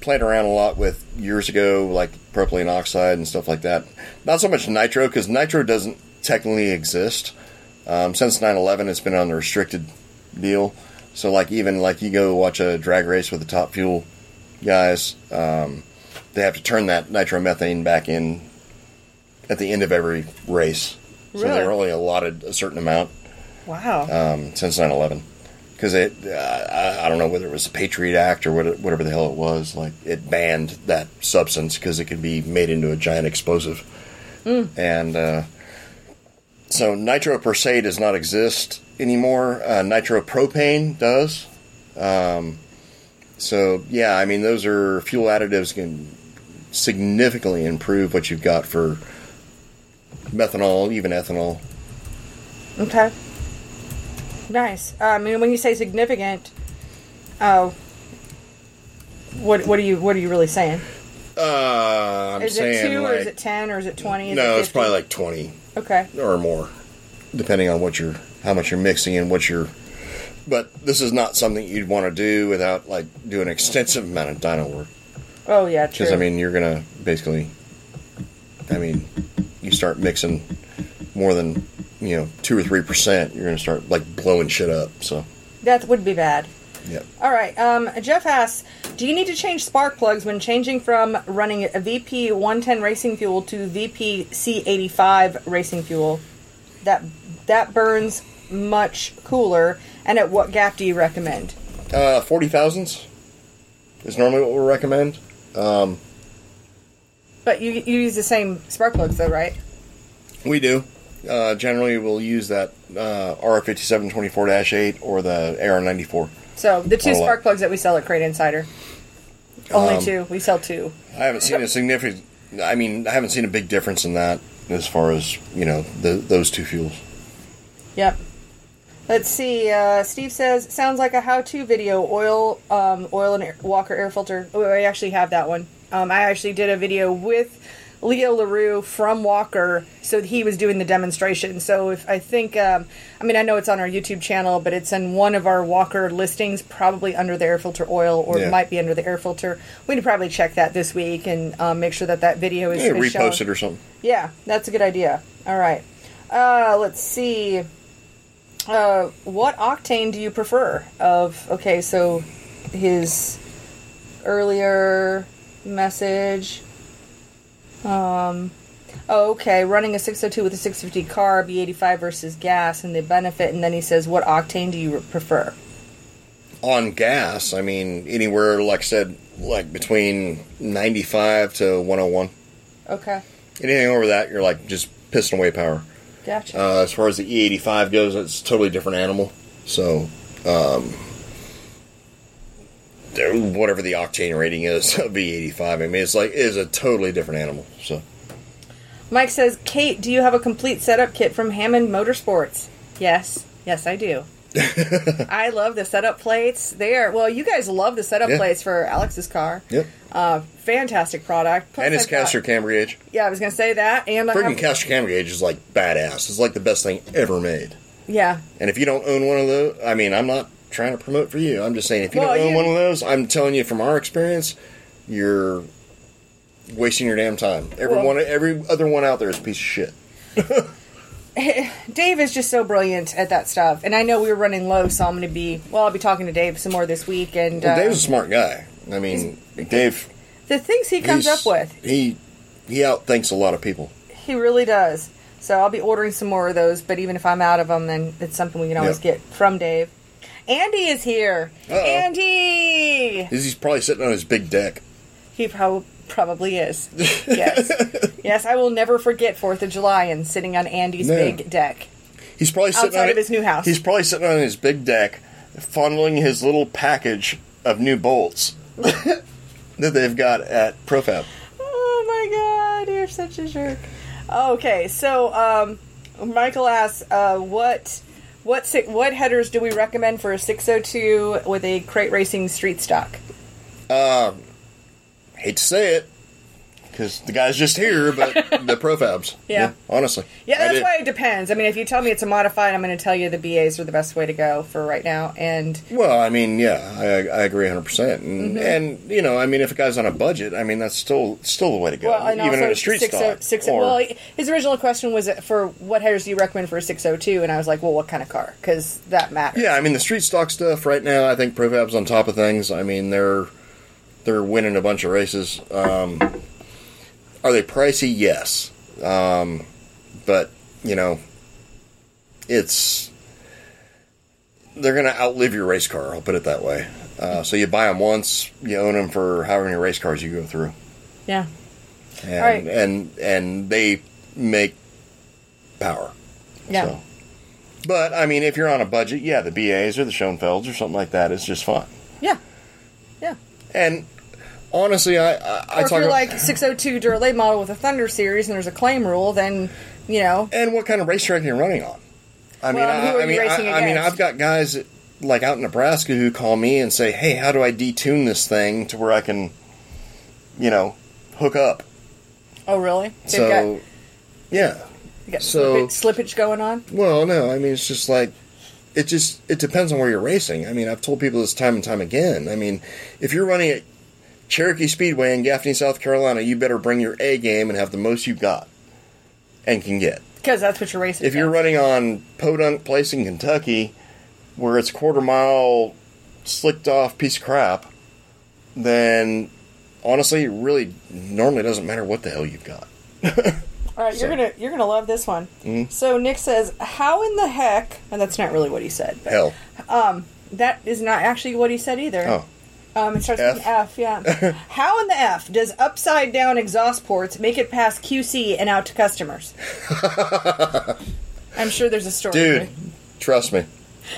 played around a lot with years ago, like propylene oxide and stuff like that. Not so much nitro because nitro doesn't technically exist um, since 9/11. It's been on the restricted deal. So like even like you go watch a drag race with the top fuel guys, um, they have to turn that nitromethane back in at the end of every race. So
Really?
they're only allotted a certain amount
Wow.
um, since 9 11. Because it, uh, I I don't know whether it was the Patriot Act or what, whatever the hell it was, like it banned that substance because it could be made into a giant explosive.
Mm.
And uh, so nitro per se does not exist anymore. Uh, nitropropane does. Um, so, yeah, I mean, those are fuel additives can significantly improve what you've got for methanol, even ethanol.
okay. Nice. Um, and when you say significant, oh, what what are you what are you really saying?
Uh, I'm
is
saying
it two or is
like-
it ten or is it twenty? Is
no,
it
it's
50?
probably like twenty
okay.
or more, depending on what you're, how much you're mixing and what you're. But this is not something you'd want to do without like doing extensive amount of dyno work
Oh yeah, true.
because I mean you're gonna basically, I mean, you start mixing more than you know two or three percent, you're gonna start like blowing shit up. So
that would be bad.
yeah,
All right. Um, Jeff asks, do you need to change spark plugs when changing from running a VP 110 racing fuel to VP C85 racing fuel? That that burns much cooler. And at what gap do you recommend?
uh, forty thousands is normally what we recommend.
But you you use the same spark plugs though, right?
We do. Uh, generally, we'll use that uh, RF5724-8 or the AR94.
So the two
Oh, wow.
spark plugs that we sell at Crate Insider. Only two. We sell two.
I haven't seen a significant. I mean, I haven't seen a big difference in that as far as you know the, those two fuels.
Yep. Let's see. Uh, Steve says, "Sounds like a how-to video. Oil, um, oil and air, Walker air filter. Oh, I actually have that one. Um, I actually did a video with Leo Larue from Walker, so he was doing the demonstration. So if I think, um, I mean, I know it's on our YouTube channel, but it's in one of our Walker listings, probably under the air filter oil, or
Yeah.
it might be under the air filter. We need to probably check that this week and um, make sure that that video is,
Yeah,
is shown.
repost it or something.
Yeah, that's a good idea. All right. Uh, let's see. uh, what octane do you prefer? Of okay, so his earlier message. Um, oh, okay, running a 602 with a 650 carb, E85 versus gas, and the benefit. And then he says, "What octane do you prefer?"
on gas, I mean, anywhere like I said, like between 95 to 101.
Okay,
Anything over that, you're like just pissing away power.
gotcha.
Uh, as far as the E85 goes, it's a totally different animal. So, um, there- whatever the octane rating is of E85, I mean, it's like it is a totally different animal. So,
Mike says, "Kate, do you have a complete setup kit from Hammond Motorsports?" Yes, yes, I do. I love the setup plates. They are well. You guys love the setup
Yeah.
plates for Alex's car.
yep.
Uh, fantastic product. Plus,
and his
I've got-
caster camber gauge,
Yeah, I was gonna say that. And I
freaking
have-
caster camber gauge is like badass. It's like the best thing ever made.
Yeah,
And if you don't own one of those, I mean, I'm not trying to promote for you. I'm just saying, if you
Well,
don't own
you-
one of those, I'm telling you from our experience, you're wasting your damn time. Every
Well-
one, every other one out there is a piece of shit.
Dave is just so brilliant at that stuff. And I know we were running low, so I'm gonna be well. I'll be talking to Dave some more this week. And
Well,
uh,
Dave's a smart guy. I mean, Dave
the things he comes
he's-
up with,
He he outthinks a lot of people.
he really does. So I'll be ordering some more of those. But even if I'm out of them, then it's something we can
Yep.
always get from Dave. Andy is here.
Uh-oh.
Andy.
He's he's probably sitting on his big deck.
He prob- probably is. Yes. yes, I will never forget 4th of July and sitting on Andy's
No.
big deck.
He's probably sitting
Outside
on
of his new house.
He's probably sitting on his big deck, fondling his little package of new bolts that they've got at Profab.
Oh my god, you're such a jerk. Okay, so um, Michael asks, uh, what what si- what headers do we recommend for a 602 with a crate racing street stock?
Um, Hate to say it, because the guy's just here, but the Profabs.
Yeah.
honestly.
Yeah,
I
that's
did-
why it depends. I mean, if you tell me it's a modified, I'm going to tell you the BAs are the best way to go for right now. And
Well, I mean, yeah, I, I agree 100. percent And
Mm-hmm.
and you know, I mean, if a guy's on a budget, I mean, that's still still the way to go,
well, and
even
also
in a street
60
stock.
60
or-
well, his original question was uh, for what headers do you recommend for a 602, and I was like, well, what kind of car? Because that matters.
Yeah, I mean the street stock stuff right now. I think Provab's on top of things. I mean they're they're winning a bunch of races. Um, are they pricey? Yes, um, but you know it's they're gonna outlive your race car. I'll put it that way. Uh, so you buy them once, you own them for however many race cars you go through,
yeah.
and
right.
and and they make power.
Yeah.
So. But I mean, if you're on a budget, yeah, the BAs or the Schoenfelds or something like that is just fine.
Yeah. Yeah.
And honestly, I I, I
Or if
talk
you're
about,
like 602 Duralade model with a Thunder series and there's a claim rule, then, you know,
and what kind of racetrack you're running on. I mean,
Well, and who are
I, I
you
mean,
racing
I, I mean,
against?
I've got guys that, like out in Nebraska who call me and say, "Hey, how do I detune this thing to where I can, you know, hook up?"
oh, really? They've
so, yeah.
got, got
so-
slippage, slippage going on?
Well, no, I mean it's just like it just it depends on where you're racing. I mean, I've told people this time and time again. I mean, if you're running at Cherokee Speedway in Gaffney, South Carolina, you better bring your A game and have the most you've got and can get.
Because that's what you're racing.
If you're
against.
running on Podunk Place in Kentucky, where it's a quarter mile slicked off piece of crap, then honestly, it really normally doesn't matter what the hell you've got.
All right, you're
so- Mm-hmm.
gonna you're gonna love this one. So Nick says, "How in the heck?" And that's not really what he said. But
Hell.
that is not actually what he said either.
Oh.
Um, it starts with an F, yeah. How in the F does upside down exhaust ports make it past QC and out to customers? I'm sure there's a story.
Dude, trust me.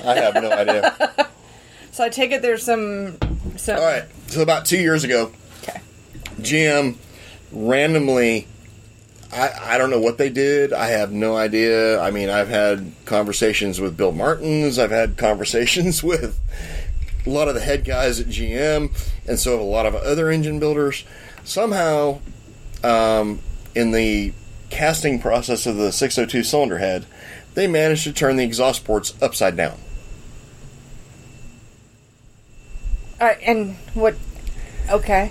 I have no idea.
So I take it there's some. some
All right. So about two years ago,
Okay.
GM randomly, I, I don't know what they did. I have no idea. I mean, I've had conversations with Bill Martins. I've had conversations with a lot of the head guys at GM, and so have a lot of other engine builders. Somehow, um, in the casting process of the 602 cylinder head, they managed to turn the exhaust ports upside down.
All right, uh, and what? Okay.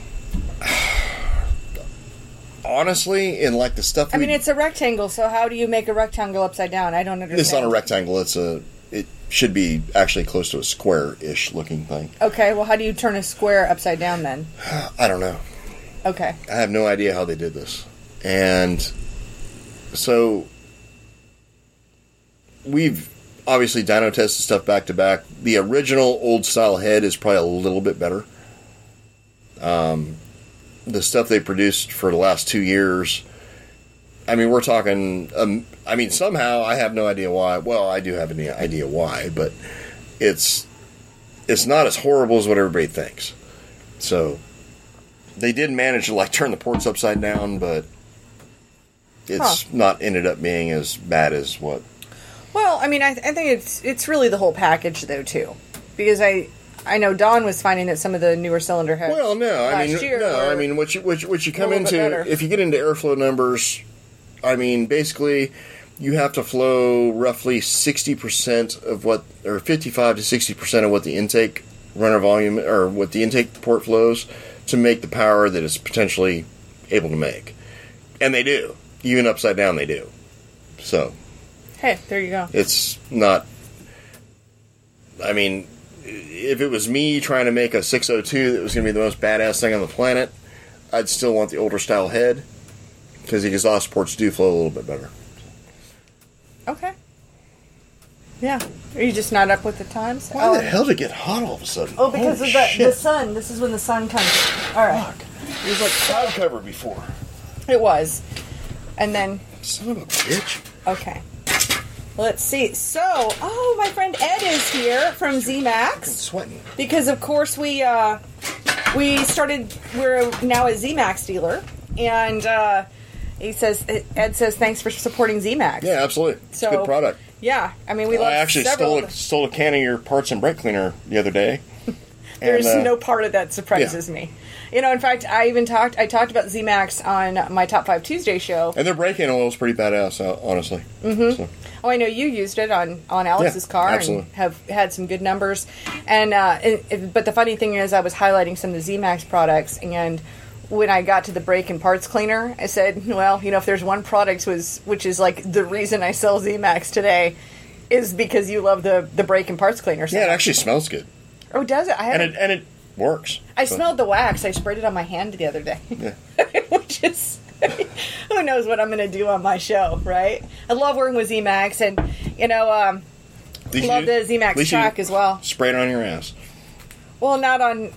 Honestly, in like the stuff
I
we
mean, it's a rectangle, so how do you make a rectangle upside down? I don't understand.
It's not a rectangle. It's a. It should be actually close to a square-ish looking thing.
Okay, well, how do you turn a square upside down then?
I don't know.
Okay.
I have no idea how they did this. And so we've obviously dyno tested stuff back to back. The original old style head is probably a little bit better. Um, the stuff they produced for the last two years, I mean, we're talking. Um, I mean, somehow I have no idea why. Well, I do have an idea why, but it's it's not as horrible as what everybody thinks. So they did manage to like turn the ports upside down, but it's not ended up being as bad as what
Well, I mean, I, I think it's it's really the whole package though too, because I I know Don was finding that some of the newer cylinder heads.
Well, no, I mean,
last year
no,
were-
I mean, what you what you, what you come
little bit
into
better.
if you get into airflow numbers, I mean, basically, you have to flow roughly sixty percent of what, or fifty-five to sixty percent of what the intake runner volume or what the intake port flows to make the power that it's potentially able to make, and they do. Even upside down, they do. So
hey, there you go.
it's not. I mean, if it was me trying to make a 602 that was going to be the most badass thing on the planet, I'd still want the older style head because the exhaust ports do flow uh, a little bit better.
Okay. Yeah. Are you just not up with the times?
Why the hell did it get hot all of a sudden?
Oh, because
Holy
of the, the
shit.
sun. This is when the sun comes. All right.
Fuck. It was like cloud cover before.
It was. And then,
Son of a bitch.
okay. Let's see. So, oh, my friend Ed is here from
I'm
ZMAX
sweating.
because, of course, we uh, we started. We're now a ZMAX dealer, and uh, he says Ed says thanks for supporting ZMAX.
Yeah, absolutely. It's
So-
a good product.
Yeah. I mean, we love.
I actually
several
stole a, stole a can of your parts and brake cleaner the other day.
There's
And, uh,
no part of that surprises me. You know, in fact, I even talked. I talked about ZMAX on my Top Five Tuesday show.
And their brake-in oil is pretty badass, uh, honestly. Mm-hmm. So.
Oh, I know you used it on on Alex's
Yeah,
car
absolutely.
and have had some good numbers. And, uh, and- and- but the funny thing is, I was highlighting some of the ZMax products, and when I got to the brake and parts cleaner, I said, "Well, you know, if there's one product was which is like the reason I sell ZMax today." Is because you love the the brake and parts cleaner. So
Yeah, it actually smells good,
oh, does it? I
and
haven't.
it and it works.
I
So,
smelled the wax. I sprayed it on my hand the other day.
Yeah.
Which is, who knows what I'm going to do on my show, right? I love working with ZMAX, and you know, um,
At least
love
you-
the
at
ZMAX
least you
track as well.
Spray it on your ass.
Well, not on,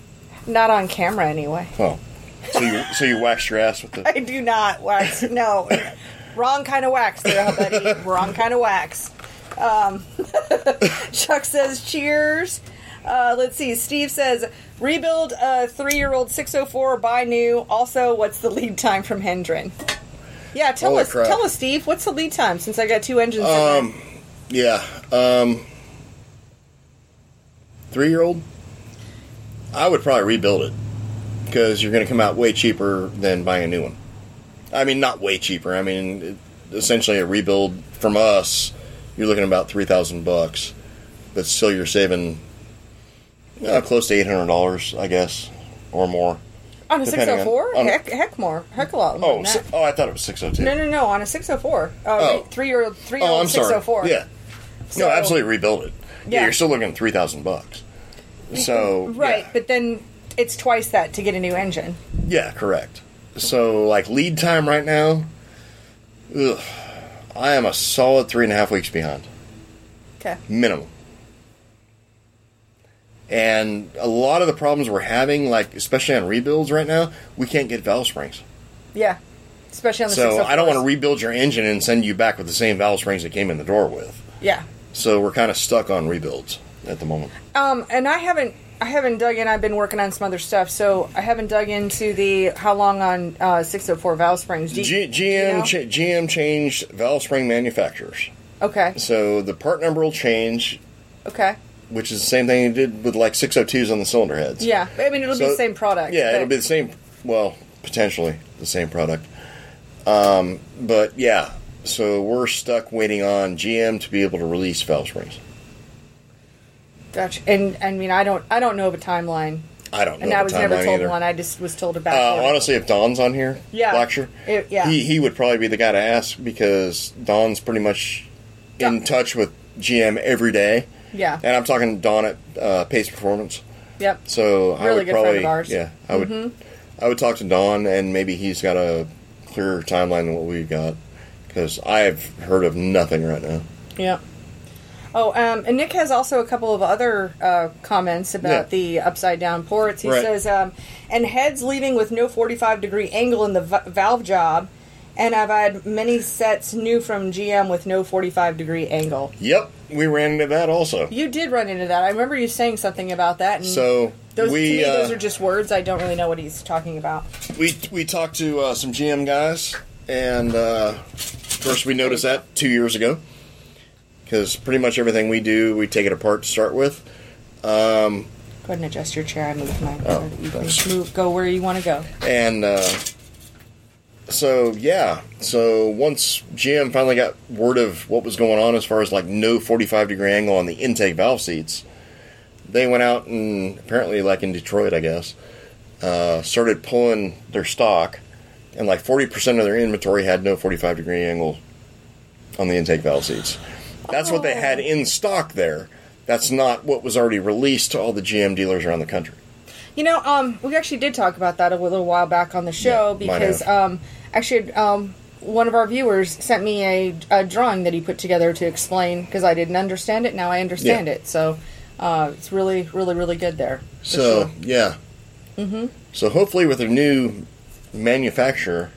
not on camera anyway.
Oh, so you so you waxed your ass with the.
I do not wax. No, wrong kind of wax, there, buddy. wrong kind of wax. Um, Chuck says cheers. Uh, let's see. Steve says rebuild a three-year-old 604, buy new. Also, what's the lead time from Hendren? Yeah, tell
Holy
us,
crap.
tell us, Steve. What's the lead time since I got two engines? Um,
Yeah, um, three year old. I would probably rebuild it because you're going to come out way cheaper than buying a new one. I mean, not way cheaper. I mean, it, essentially a rebuild from us, you're looking at about three thousand bucks, but still you're saving uh, close to eight hundred dollars, I guess, or more.
on a
depending on-
604?
on-
heck, heck more, heck a lot. more
Oh,
than that.
si- oh, I thought it was six hundred two.
no, no, no, on a 604. Uh,
Oh.
three-year-old, three-year-old
Oh, I'm sorry.
604.
Yeah.
So-
no, absolutely rebuild it. Yeah,
Yeah.
you're still looking three thousand bucks. So
Right,
yeah.
but then it's twice that to get a new engine.
yeah, correct. So like lead time right now, ugh, I am a solid three and a half weeks behind
Okay.
minimum. And a lot of the problems we're having, like especially on rebuilds right now, we can't get valve springs.
Yeah. Especially on the
So I don't want to
604s.
rebuild your engine and send you back with the same valve springs that came in the door with.
Yeah.
So we're kind of stuck on rebuilds at the moment.
Um, and I haven't I haven't dug in. I've been working on some other stuff, so I haven't dug into the how long on uh, 604 valve springs. Do
G-
you- do you know?
GM cha- GM changed valve spring manufacturers,
okay.
so the part number will change,
Okay.
which is the same thing they did with like 602s on the cylinder heads.
Yeah. I mean, it'll be
So-
the same product.
Yeah,
but-
it'll be the same. Well, potentially the same product. Um, but yeah, so we're stuck waiting on GM to be able to release valve springs.
Gotcha. And I mean, I don't I don't know of a timeline,
I don't know.
and I
the
was never
timeline
told
either.
one. I just was told about.
Uh,
it.
honestly, if Don's on here,
Yeah.
Blackshear,
It- yeah.
he he would probably be the guy to ask because Don's pretty much in
Yeah.
touch with GM every day.
Yeah.
And I'm talking Dawn at uh, Pace Performance.
Yep.
So I
Really
would
good friend
probably
of ours. Mm-hmm.
yeah, I would I would talk to Don and maybe he's got a clearer timeline than what we've got because I've heard of nothing right now.
Yep. Oh, um, and Nick has also a couple of other uh, comments about
Yeah.
the upside down ports. He
Right.
says, um, and heads leaving with no 45 degree angle in the v- valve job. And I've had many sets new from GM with no 45 degree angle.
Yep, we ran into that also.
You did run into that. I remember you saying something about that. And
So
those,
we
to me,
uh,
those are just words. I don't really know what he's talking about.
we we talked to uh, some GM guys, and uh, of course we noticed that two years ago because pretty much everything we do, we take it apart to start with. Um,
Go ahead and adjust your chair. I moved mine.
Oh,
so you can
thanks.
move, go where you want to go.
And uh, so, yeah. So once GM finally got word of what was going on as far as like no 45 degree angle on the intake valve seats, they went out and apparently, like in Detroit, I guess, uh, started pulling their stock, and like 40% of their inventory had no 45 degree angle on the intake valve seats. That's what they had in stock there. That's not what was already released to all the GM dealers around the country.
You know, um, we actually did talk about that a little while back on the show
Yeah, might
because
have.
um, actually um, one of our viewers sent me a, a drawing that he put together to explain because I didn't understand it. Now I understand
Yeah.
it, so uh, it's really, really, really good there. for
So
sure.
yeah. Mm-hmm. So hopefully, with their new manufacturer,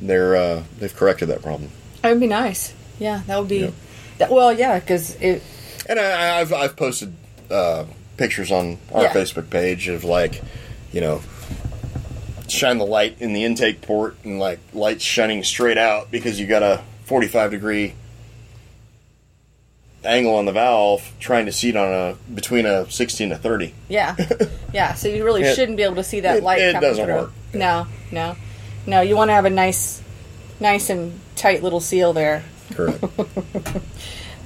they're uh, they've corrected that problem.
that would be nice. Yeah, that would be.
Yeah.
That, well, yeah, because it.
And I, I've I've posted uh, pictures on our
Yeah.
Facebook page of like, you know, shine the light in the intake port and like lights shining straight out because you got a forty five degree angle on the valve trying to seat on a between a sixteen to thirty.
Yeah, yeah. So you really
It-
shouldn't be able to see that
it-
light.
it
coming
doesn't
through.
work.
No, no, no. You want to have a nice, nice and tight little seal there.
Correct.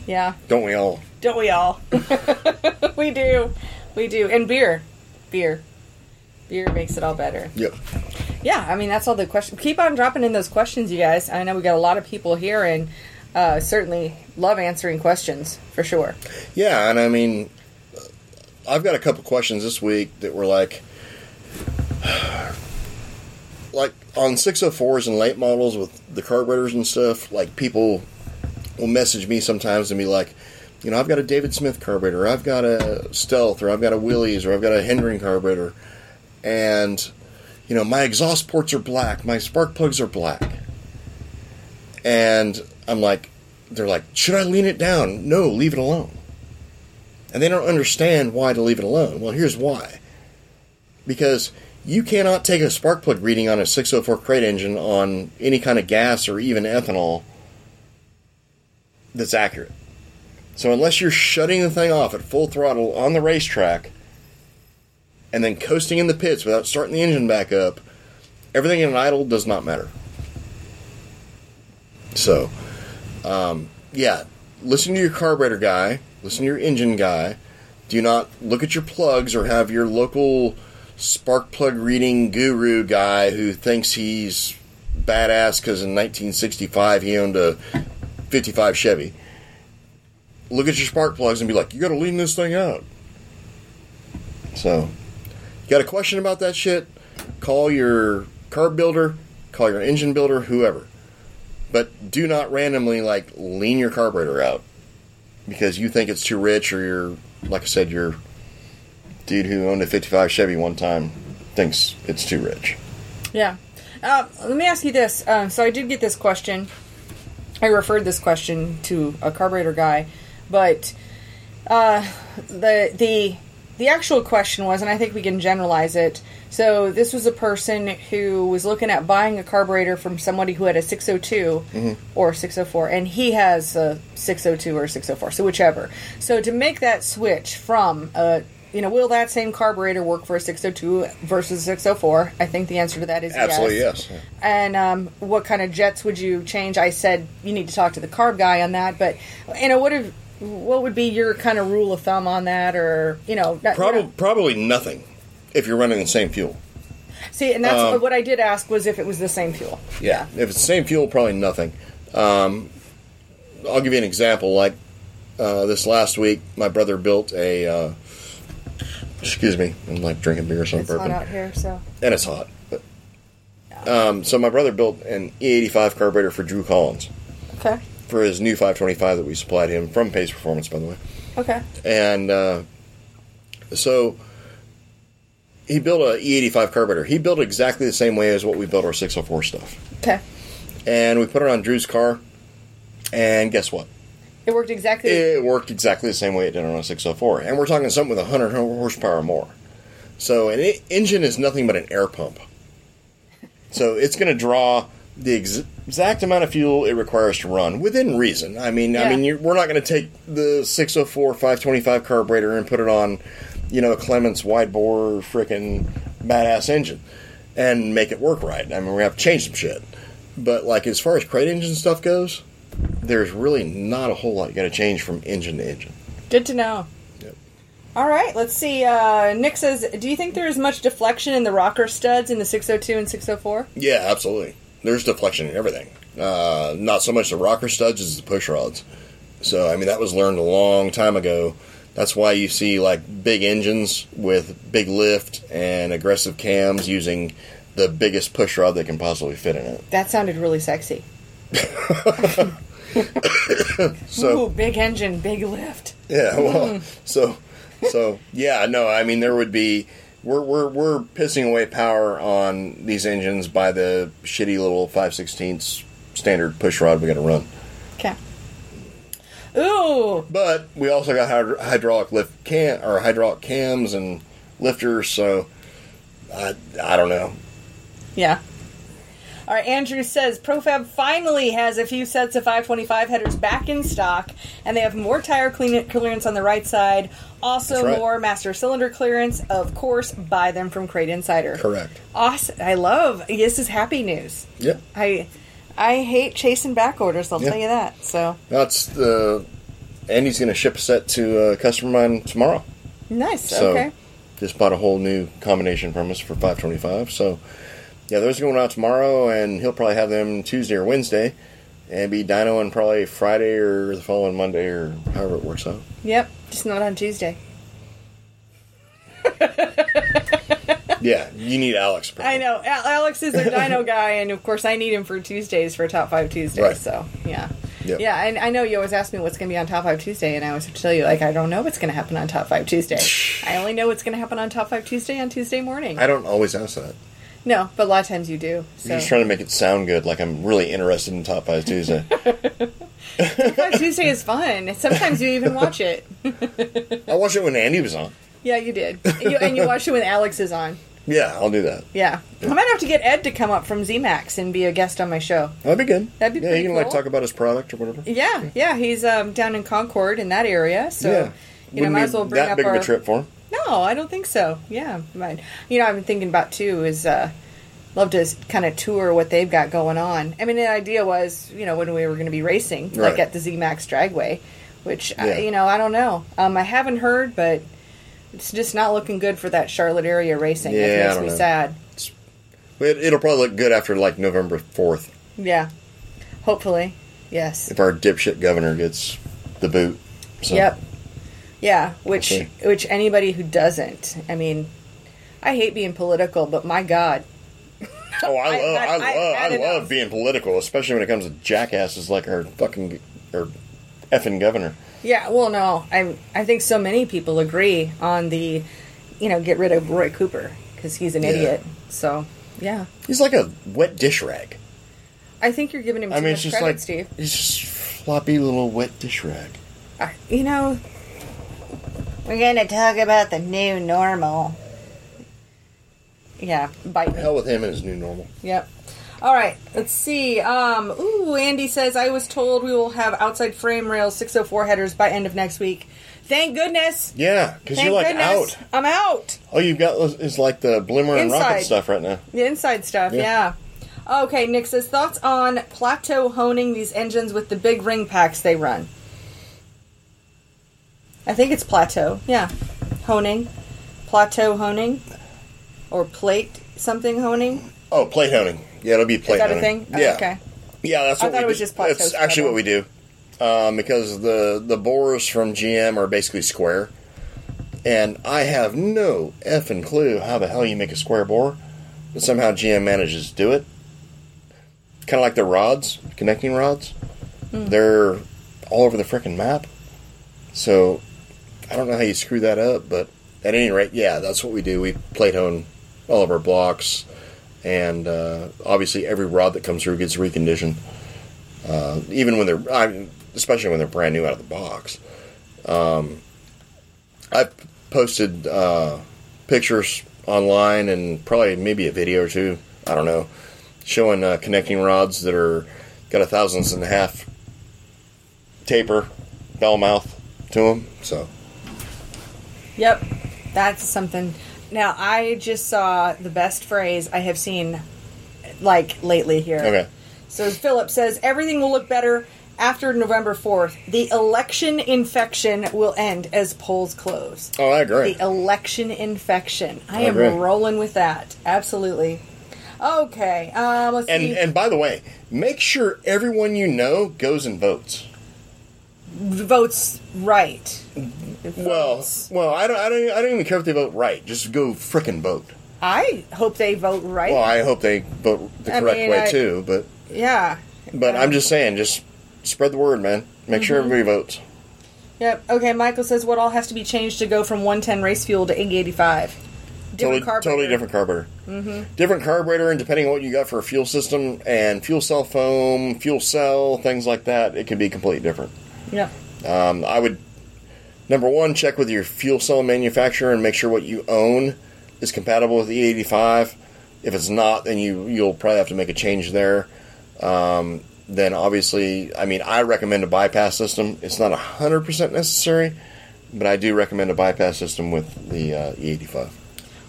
Yeah.
Don't we all?
Don't we all? we do. We do. And beer. Beer. Beer makes it all better.
Yep.
Yeah, I mean, that's all the questions. Keep on dropping in those questions, you guys. I know we got a lot of people here and uh, certainly love answering questions for sure.
Yeah, and I mean, I've got a couple questions this week that were like, like on 604s and late models with the carburetors and stuff. Like people will message me sometimes and be like, you know, I've got a David Smith carburetor, I've got a Stealth, or I've got a Willys, or I've got a Hendron carburetor, and you know, my exhaust ports are black, my spark plugs are black, and I'm like, they're like, should I lean it down? No, leave it alone. And they don't understand why to leave it alone. Well, here's why. Because you cannot take a spark plug reading on a 604 crate engine on any kind of gas or even ethanol that's accurate. So unless you're shutting the thing off at full throttle on the racetrack and then coasting in the pits without starting the engine back up, everything in idle does not matter. So, um, yeah, listen to your carburetor guy, listen to your engine guy. Do not look at your plugs or have your local spark plug reading guru guy who thinks he's badass because in 1965 he owned a 55 Chevy. Look at your spark plugs and be like, you got to lean this thing out. So, you got a question about that shit? Call your carb builder, call your engine builder, whoever but do not randomly like lean your carburetor out because you think it's too rich or you're like I said your dude who owned a 55 Chevy one time thinks it's too rich.
Yeah. Uh, let me ask you this. Um, so I did get this question. I referred this question to a carburetor guy, but uh, the the the actual question was, and I think we can generalize it. So this was a person who was looking at buying a carburetor from somebody who had a 602 or 604, and he has a 602 or 604, so whichever. So to make that switch from a you know, will that same carburetor work for a 602 versus 604? I think the answer to that is
Absolutely
yes
yes.
and um, what kind of jets would you change? I said you need to talk to the carb guy on that, but you know what if what would be your kind of rule of thumb on that, or you know, not, you
Probably
know.
probably nothing if you're running the same fuel.
see, and that's what I did ask was if it was the same fuel.
Yeah. If it's the same fuel, probably nothing. Um, I'll give you an example. Like uh, this last week, my brother built a. Uh, excuse me, I'm like drinking beer, so I'm
It's hot
burping,
out here, so
and it's hot. But, um, so my brother built an E85 carburetor for Drew Collins
okay,
for his new 525 that we supplied him from Pace Performance, by the way.
okay,
And uh, so he built a E E85 carburetor. He built exactly the same way as what we built our 604 stuff,
okay.
and we put it on Drew's car. And guess what?
It worked exactly.
it worked exactly the same way it did on a 604. And we're talking something with 100 horsepower or more. So an e- engine is nothing but an air pump. So it's going to draw the ex- exact amount of fuel it requires to run within reason. I mean, I
Yeah.
mean, you we're not going to take the 604 525 carburetor and put it on, you know, a Clements wide bore freaking badass engine and make it work right. I mean, we have to change some shit. But like as far as crate engine stuff goes, there's really not a whole lot you got to change from engine to engine.
Good to know.
Yep.
All right, let's see. Uh, Nick says, "Do you think there is much deflection in the rocker studs in the 602 and 604?"
Yeah, absolutely. There's deflection in everything. Uh, not so much the rocker studs as the push rods. So I mean that was learned a long time ago. That's why you see like big engines with big lift and aggressive cams using the biggest push rod they can possibly fit in it.
That sounded really sexy.
So
Ooh, big engine, big lift.
Yeah, well, so, so yeah, no, I mean there would be we're we're we're pissing away power on these engines by the shitty little five sixteenths standard push rod we got to run,
Okay. Ooh,
but we also got hyd- hydraulic lift cam or hydraulic cams and lifters, so I I don't know.
yeah. All right, Andrew says Profab finally has a few sets of 525 headers back in stock, and they have more tire clean- clearance on the right side, also
That's right.
more master cylinder clearance. Of course, buy them from Crate Insider.
Correct.
Awesome! I love this is happy news.
Yep.
I I hate chasing back orders. I'll
Yeah.
tell you that. So
That's the Andy's gonna ship a set to a customer of mine tomorrow.
nice.
So
okay.
just bought a whole new combination from us for five twenty five. So yeah, those are going out tomorrow and he'll probably have them Tuesday or Wednesday and be dynoing probably Friday or the following Monday or however it works out.
Yep. Just not on Tuesday.
yeah, you need Alex
I know Al- Alex is their Dino guy, and of course I need him for Tuesdays for Top Five Tuesdays.
Right.
So yeah.
Yep.
Yeah, and I know you always ask me what's going to be on Top 5 Tuesday, and I always have to tell you, like, I don't know what's going to happen on Top 5 Tuesday. I only know what's going to happen on Top 5 Tuesday on Tuesday morning.
I don't always ask that.
no, but a lot of times you do.
I'm
So.
just trying to make it sound good, like I'm really interested in Top Five Tuesday.
Top 5 Tuesday is fun. Sometimes you even watch it.
I watched it when Andy was on.
Yeah, you did. And you, and you watch it when Alex is on.
Yeah, I'll do that.
Yeah. I might have to get Ed to come up from ZMAX and be a guest on my show.
That'd be good.
That'd be
yeah.
pretty
You can like
cool.
talk about his product or whatever.
Yeah, yeah, he's um, down in Concord in that area, so
yeah,
you know,
Wouldn't
might
be
as well bring
that
up
big
our.
of a trip for him.
No, I don't think so. Yeah, might. You know, I've been thinking about too is uh, love to kind of tour what they've got going on. I mean, the idea was you know when we were going to be racing, like
Right.
at the ZMAX Dragway, which
Yeah.
I, you know I don't know. Um, I haven't heard, but it's just not looking good for that Charlotte area racing.
Yeah, I
it makes
don't
me
know.
sad.
It, it'll probably look good after like November fourth
Yeah, hopefully, yes.
if our dipshit governor gets the boot. So.
Yep. Yeah, which
Okay.
which anybody who doesn't, I mean, I hate being political, but my God,
Oh, I
I-
love, I,
I- I've
love, I,
had
love
enough.
being political, especially when it comes to jackasses like our fucking or effing governor.
yeah. Well, no, I I think so many people agree on the, you know, get rid of Roy Cooper because he's an
Yeah.
idiot. So yeah,
He's like a wet dish rag.
I think you're giving him too
I mean, it's
much
just
credit,
like
Steve.
he's just floppy little wet dish rag.
I, you know, we're gonna talk about the new normal. Yeah, bite.
Hell with him and his new normal.
Yep. All right. Let's see. Um, ooh, Andy says I was told we will have outside frame rails 604 headers by end of next week. Thank goodness.
Yeah, because
Thank
you're like out.
goodness. I'm out.
All you've got is- is like the blimmer and rocket
Inside.
stuff right now.
The inside stuff.
Yeah.
Yeah. Okay. Nick says thoughts on plateau honing these engines with the big ring packs they run. I think it's plateau. Yeah. Honing. Plateau honing. Or plate something honing.
Oh, plate honing. Yeah, it'll be plate
Is that
honing.
a thing? Oh,
Yeah.
Okay.
Yeah, that's
I
what
thought
we
it was
do.
just plateau
That's actually
scrubber.
what we do. um, because the the bores from GM are basically square, and I have no effing clue how the hell you make a square bore, but somehow GM manages to do it. Kind of like the rods, connecting rods,
Hmm.
they're all over the frickin' map. So I don't know how you screw that up, but at any rate, yeah, that's what we do. We plate hone all of our blocks, and uh, obviously every rod that comes through gets reconditioned Uh, even when they're I, especially when they're brand new out of the box. Um, I've posted uh, pictures online and probably maybe a video or two. I don't know, showing uh, connecting rods that are got a thousandths and a half taper bell mouth to them. So
Yep, that's something. Now I just saw the best phrase I have seen, like lately here.
okay,
So as Philip says, everything will look better after November fourth. The election infection will end as polls close.
oh I agree.
The election infection. I,
I
am
agree.
rolling with that. Absolutely. Okay. Um, let's
And
see.
and by the way, make sure everyone you know goes and votes.
votes right.
Well,
Votes.
well, I don't, I don't, I don't even care if they vote right. Just go frickin' vote.
I hope they vote right.
Well, I hope they vote the
I
correct
mean,
way
I-
too, but
yeah. Mm-hmm.
but I'm just saying, just spread the word, man. Make sure everybody votes.
Yep. Okay. Michael says what all has to be changed to go from 110 race fuel to 885.
Totally,
Different
totally
carburetor. Mm-hmm.
different carburetor. Different carburetor, and depending on what you got for a fuel system and fuel cell foam, fuel cell, things like that, it can be completely different.
Yep.
Um, I would number one check with your fuel cell manufacturer and make sure what you own is compatible with the E85. If it's not, then you you'll probably have to make a change there. Um, then obviously, I mean, I recommend a bypass system. It's not hundred percent necessary, but I do recommend a bypass system with the uh, E85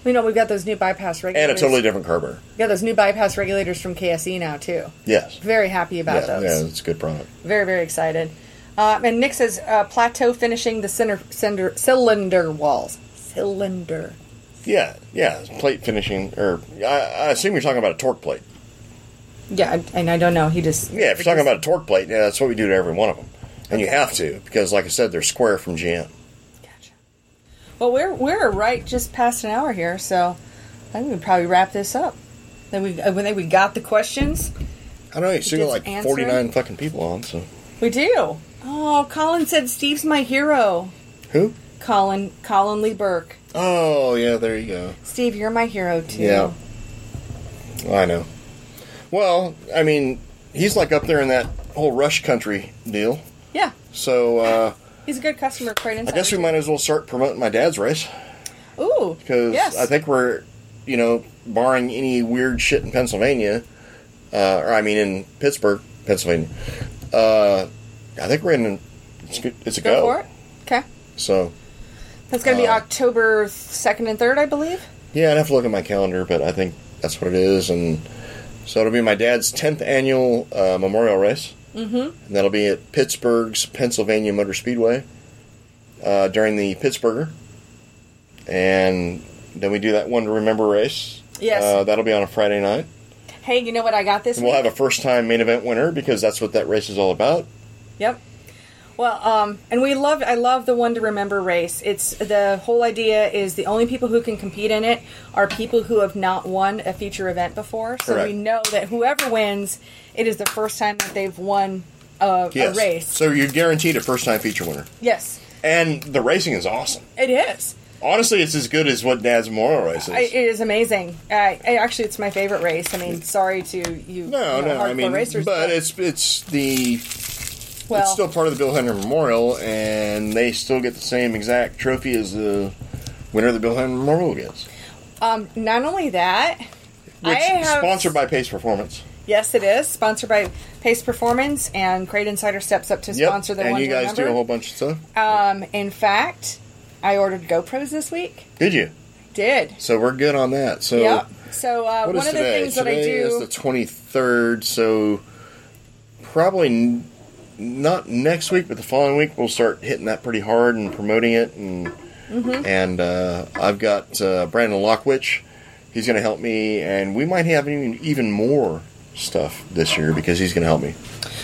You know we've got those new bypass regulators.
and a totally different carburetor.
We got those new bypass regulators from KSE now too.
Yes,
Very happy about
yeah,
those.
yeah, it's a good product.
Very very excited. Uh, and Nick says uh, plateau finishing the center, cinder, cylinder walls. Cylinder.
Yeah, yeah, plate finishing, or I, I assume you're talking about a torque plate.
Yeah, and- and I don't know. He just
Yeah, if
it
you're talking
just-
about a torque plate, yeah, that's what we do to every one of them, and you have to because, like I said, they're square from GM.
Gotcha. Well, we're we're right just past an hour here, so I think we could probably wrap this up. Then we I think we got the questions.
I don't know. You still got like
Just answer
forty nine fucking people on. So
We do. Oh, Colin said Steve's my hero.
who?
Colin Colin Lee Burke.
Oh yeah, there you go.
Steve, you're my hero too.
Yeah. I know. Well, I mean, he's like up there in that whole Rush Country deal.
Yeah.
So uh,
He's a good customer, quite
I
inside.
guess we might as well start promoting my dad's race
Ooh.
because
yes.
I think we're, you know, barring any weird shit in Pennsylvania, uh, or I mean in Pittsburgh, Pennsylvania. Uh, I think we're in. It's, good, it's a
go,
go. Uh,
for it. Okay.
So
That's going to be October second and third, I believe.
yeah, I'd have to look at my calendar, but I think that's what it is, and so it'll be my dad's tenth annual uh, memorial race, mm-hmm. and that'll be at Pittsburgh's Pennsylvania Motor Speedway uh, during the Pittsburgher, and then we do that one to remember race.
Yes.
uh, that'll be on a Friday night.
Hey, you know what I got this
And we'll
week?
have a first time main event winner because that's what that race is all about.
Yep. Well, um, and we love I love the one to remember race. It's the whole idea is the only people who can compete in it are people who have not won a feature event before. So
Correct.
we know that whoever wins, it is the first time that they've won a, a race.
So you're guaranteed a first time feature winner.
yes,
And the racing is awesome.
it is.
Honestly, it's as good as what Dad's Memorial race is.
I, it is amazing. I, I actually, it's my favorite race. I mean, sorry to you,
Mm. no,
you know,
no,
hardcore
I mean,
racers,
but it's it's the
well,
it's still part of the Bill Henry Memorial, and they still get the same exact trophy as the winner of the Bill Henry Memorial gets,
um, not only that,
which
I have
sponsored by Pace Performance.
Yes, it is sponsored by Pace Performance, and Crate Insider steps up to
Yep,
sponsor the
and
one.
you
to
guys do a whole
remember.
bunch of stuff.
Um, in fact, I ordered GoPros this week.
Did you?
Did
So we're good on that. So
yep. So uh,
What
one
is
of the
today?
things
today
that I
is
do.
the twenty third, so probably n- not next week, but the following week we'll start hitting that pretty hard and promoting it. And
Mm-hmm.
and uh, I've got uh, Brandon Lockwich; he's going to help me, and we might have even, even more stuff this year because he's going to help me.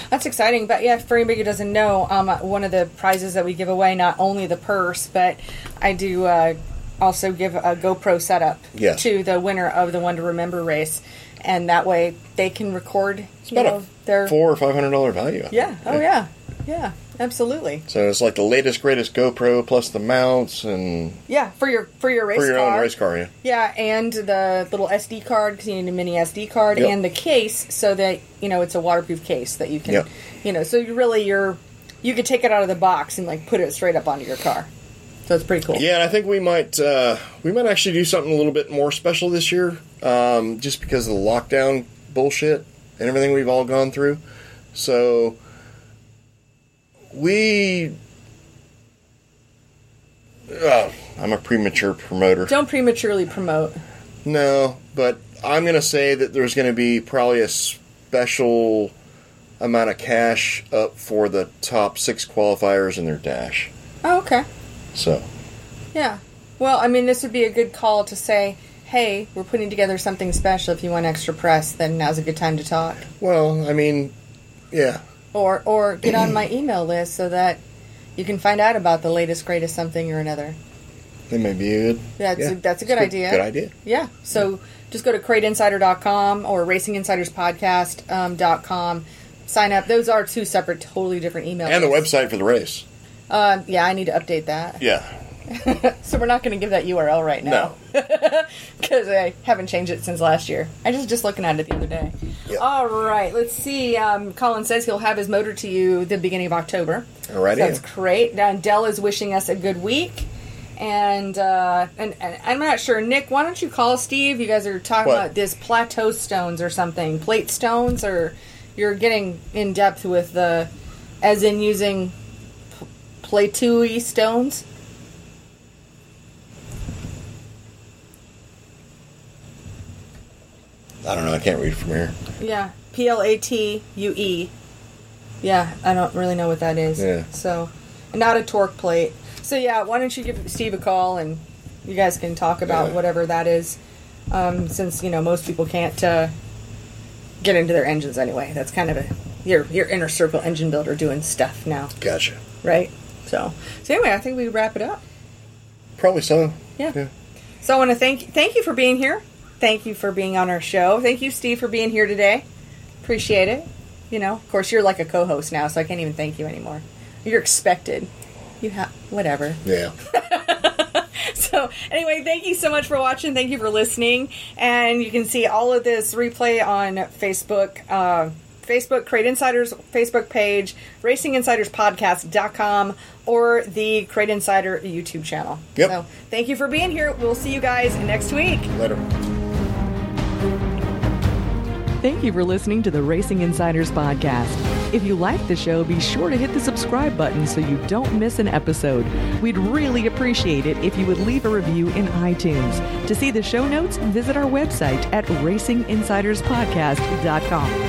That's exciting. But yeah, for anybody who doesn't know, um, one of the prizes that we give away, not only the purse, but I do uh, also give a GoPro setup
Yes.
to the winner of the One to Remember race. And that way they can record you
about
know, their.
a four or five hundred dollar value. I
yeah.
think.
Oh, yeah. Yeah. Absolutely.
So it's like the latest greatest GoPro plus the mounts and
Yeah. For your for your race
for your
car.
own race car. Yeah.
Yeah, and the little SD card because you need a mini SD card,
Yep.
and the case so that you know it's a waterproof case that you can,
Yep.
you know, so you really you're you could take it out of the box and like put it straight up onto your car. So it's pretty cool.
Yeah, and I think we might uh, we might actually do something a little bit more special this year, um, just because of the lockdown bullshit and everything we've all gone through. So we, oh, I'm a premature promoter.
Don't prematurely promote.
No, but I'm going to say that there's going to be probably a special amount of cash up for the top six qualifiers in their dash.
Oh, okay.
So
Yeah. Well, I mean, this would be a good call to say, hey, we're putting together something special. If you want extra press, then now's a good time to talk.
Well, I mean, yeah,
Or or get on my email list so that you can find out about the latest greatest something or another.
that may be good.
That's
yeah.
a, that's a good
It's
idea.
Good idea.
Yeah. So just go to crateinsider.com or racinginsiderspodcast.com. Um, dot com, sign up. Those are two separate, totally different emails.
And the website for the race.
Um, yeah, I need to update that.
Yeah.
So we're not going to give that URL right now. Because I haven't changed it since last year. I was just looking at it the other day.
Yep.
All right. Let's see. Um, Colin says he'll have his motor to you the beginning of October.
All right,
That's
yeah.
great. Now, Dell is wishing us a good week. And, uh, and and I'm not sure, Nick. Why don't you call Steve? You guys are talking
What?
about this plateau stones or something, plate stones, or you're getting in depth with the, as in using pl- plateau stones.
I don't know. I can't read from here.
Yeah, P L A T U E. Yeah, I don't really know what that is.
Yeah.
So, not a torque plate. So yeah, why don't you give Steve a call and you guys can talk about
Yeah.
whatever that is, um, since you know most people can't uh, get into their engines anyway. That's kind of a your your inner circle engine builder doing stuff now,
Gotcha.
right? So so anyway, I think we wrap it up.
Probably so.
Yeah.
Yeah.
So I want to thank thank you for being here. Thank you for being on our show. Thank you, Steve, for being here today. Appreciate it. You know, of course, you're like a co-host now, so I can't even thank you anymore. You're expected. You have whatever.
Yeah.
So anyway, thank you so much for watching. Thank you for listening, and you can see all of this replay on Facebook. Uh, Facebook Crate Insiders Facebook page, racinginsiderspodcast.com, or the Crate Insider YouTube channel.
Yep.
So thank you for being here. We'll see you guys next week.
Later.
Thank you for listening to the Racing Insiders Podcast. If you like the show, be sure to hit the subscribe button so you don't miss an episode. We'd really appreciate it if you would leave a review in iTunes. To see the show notes, visit our website at racinginsiderspodcast.com.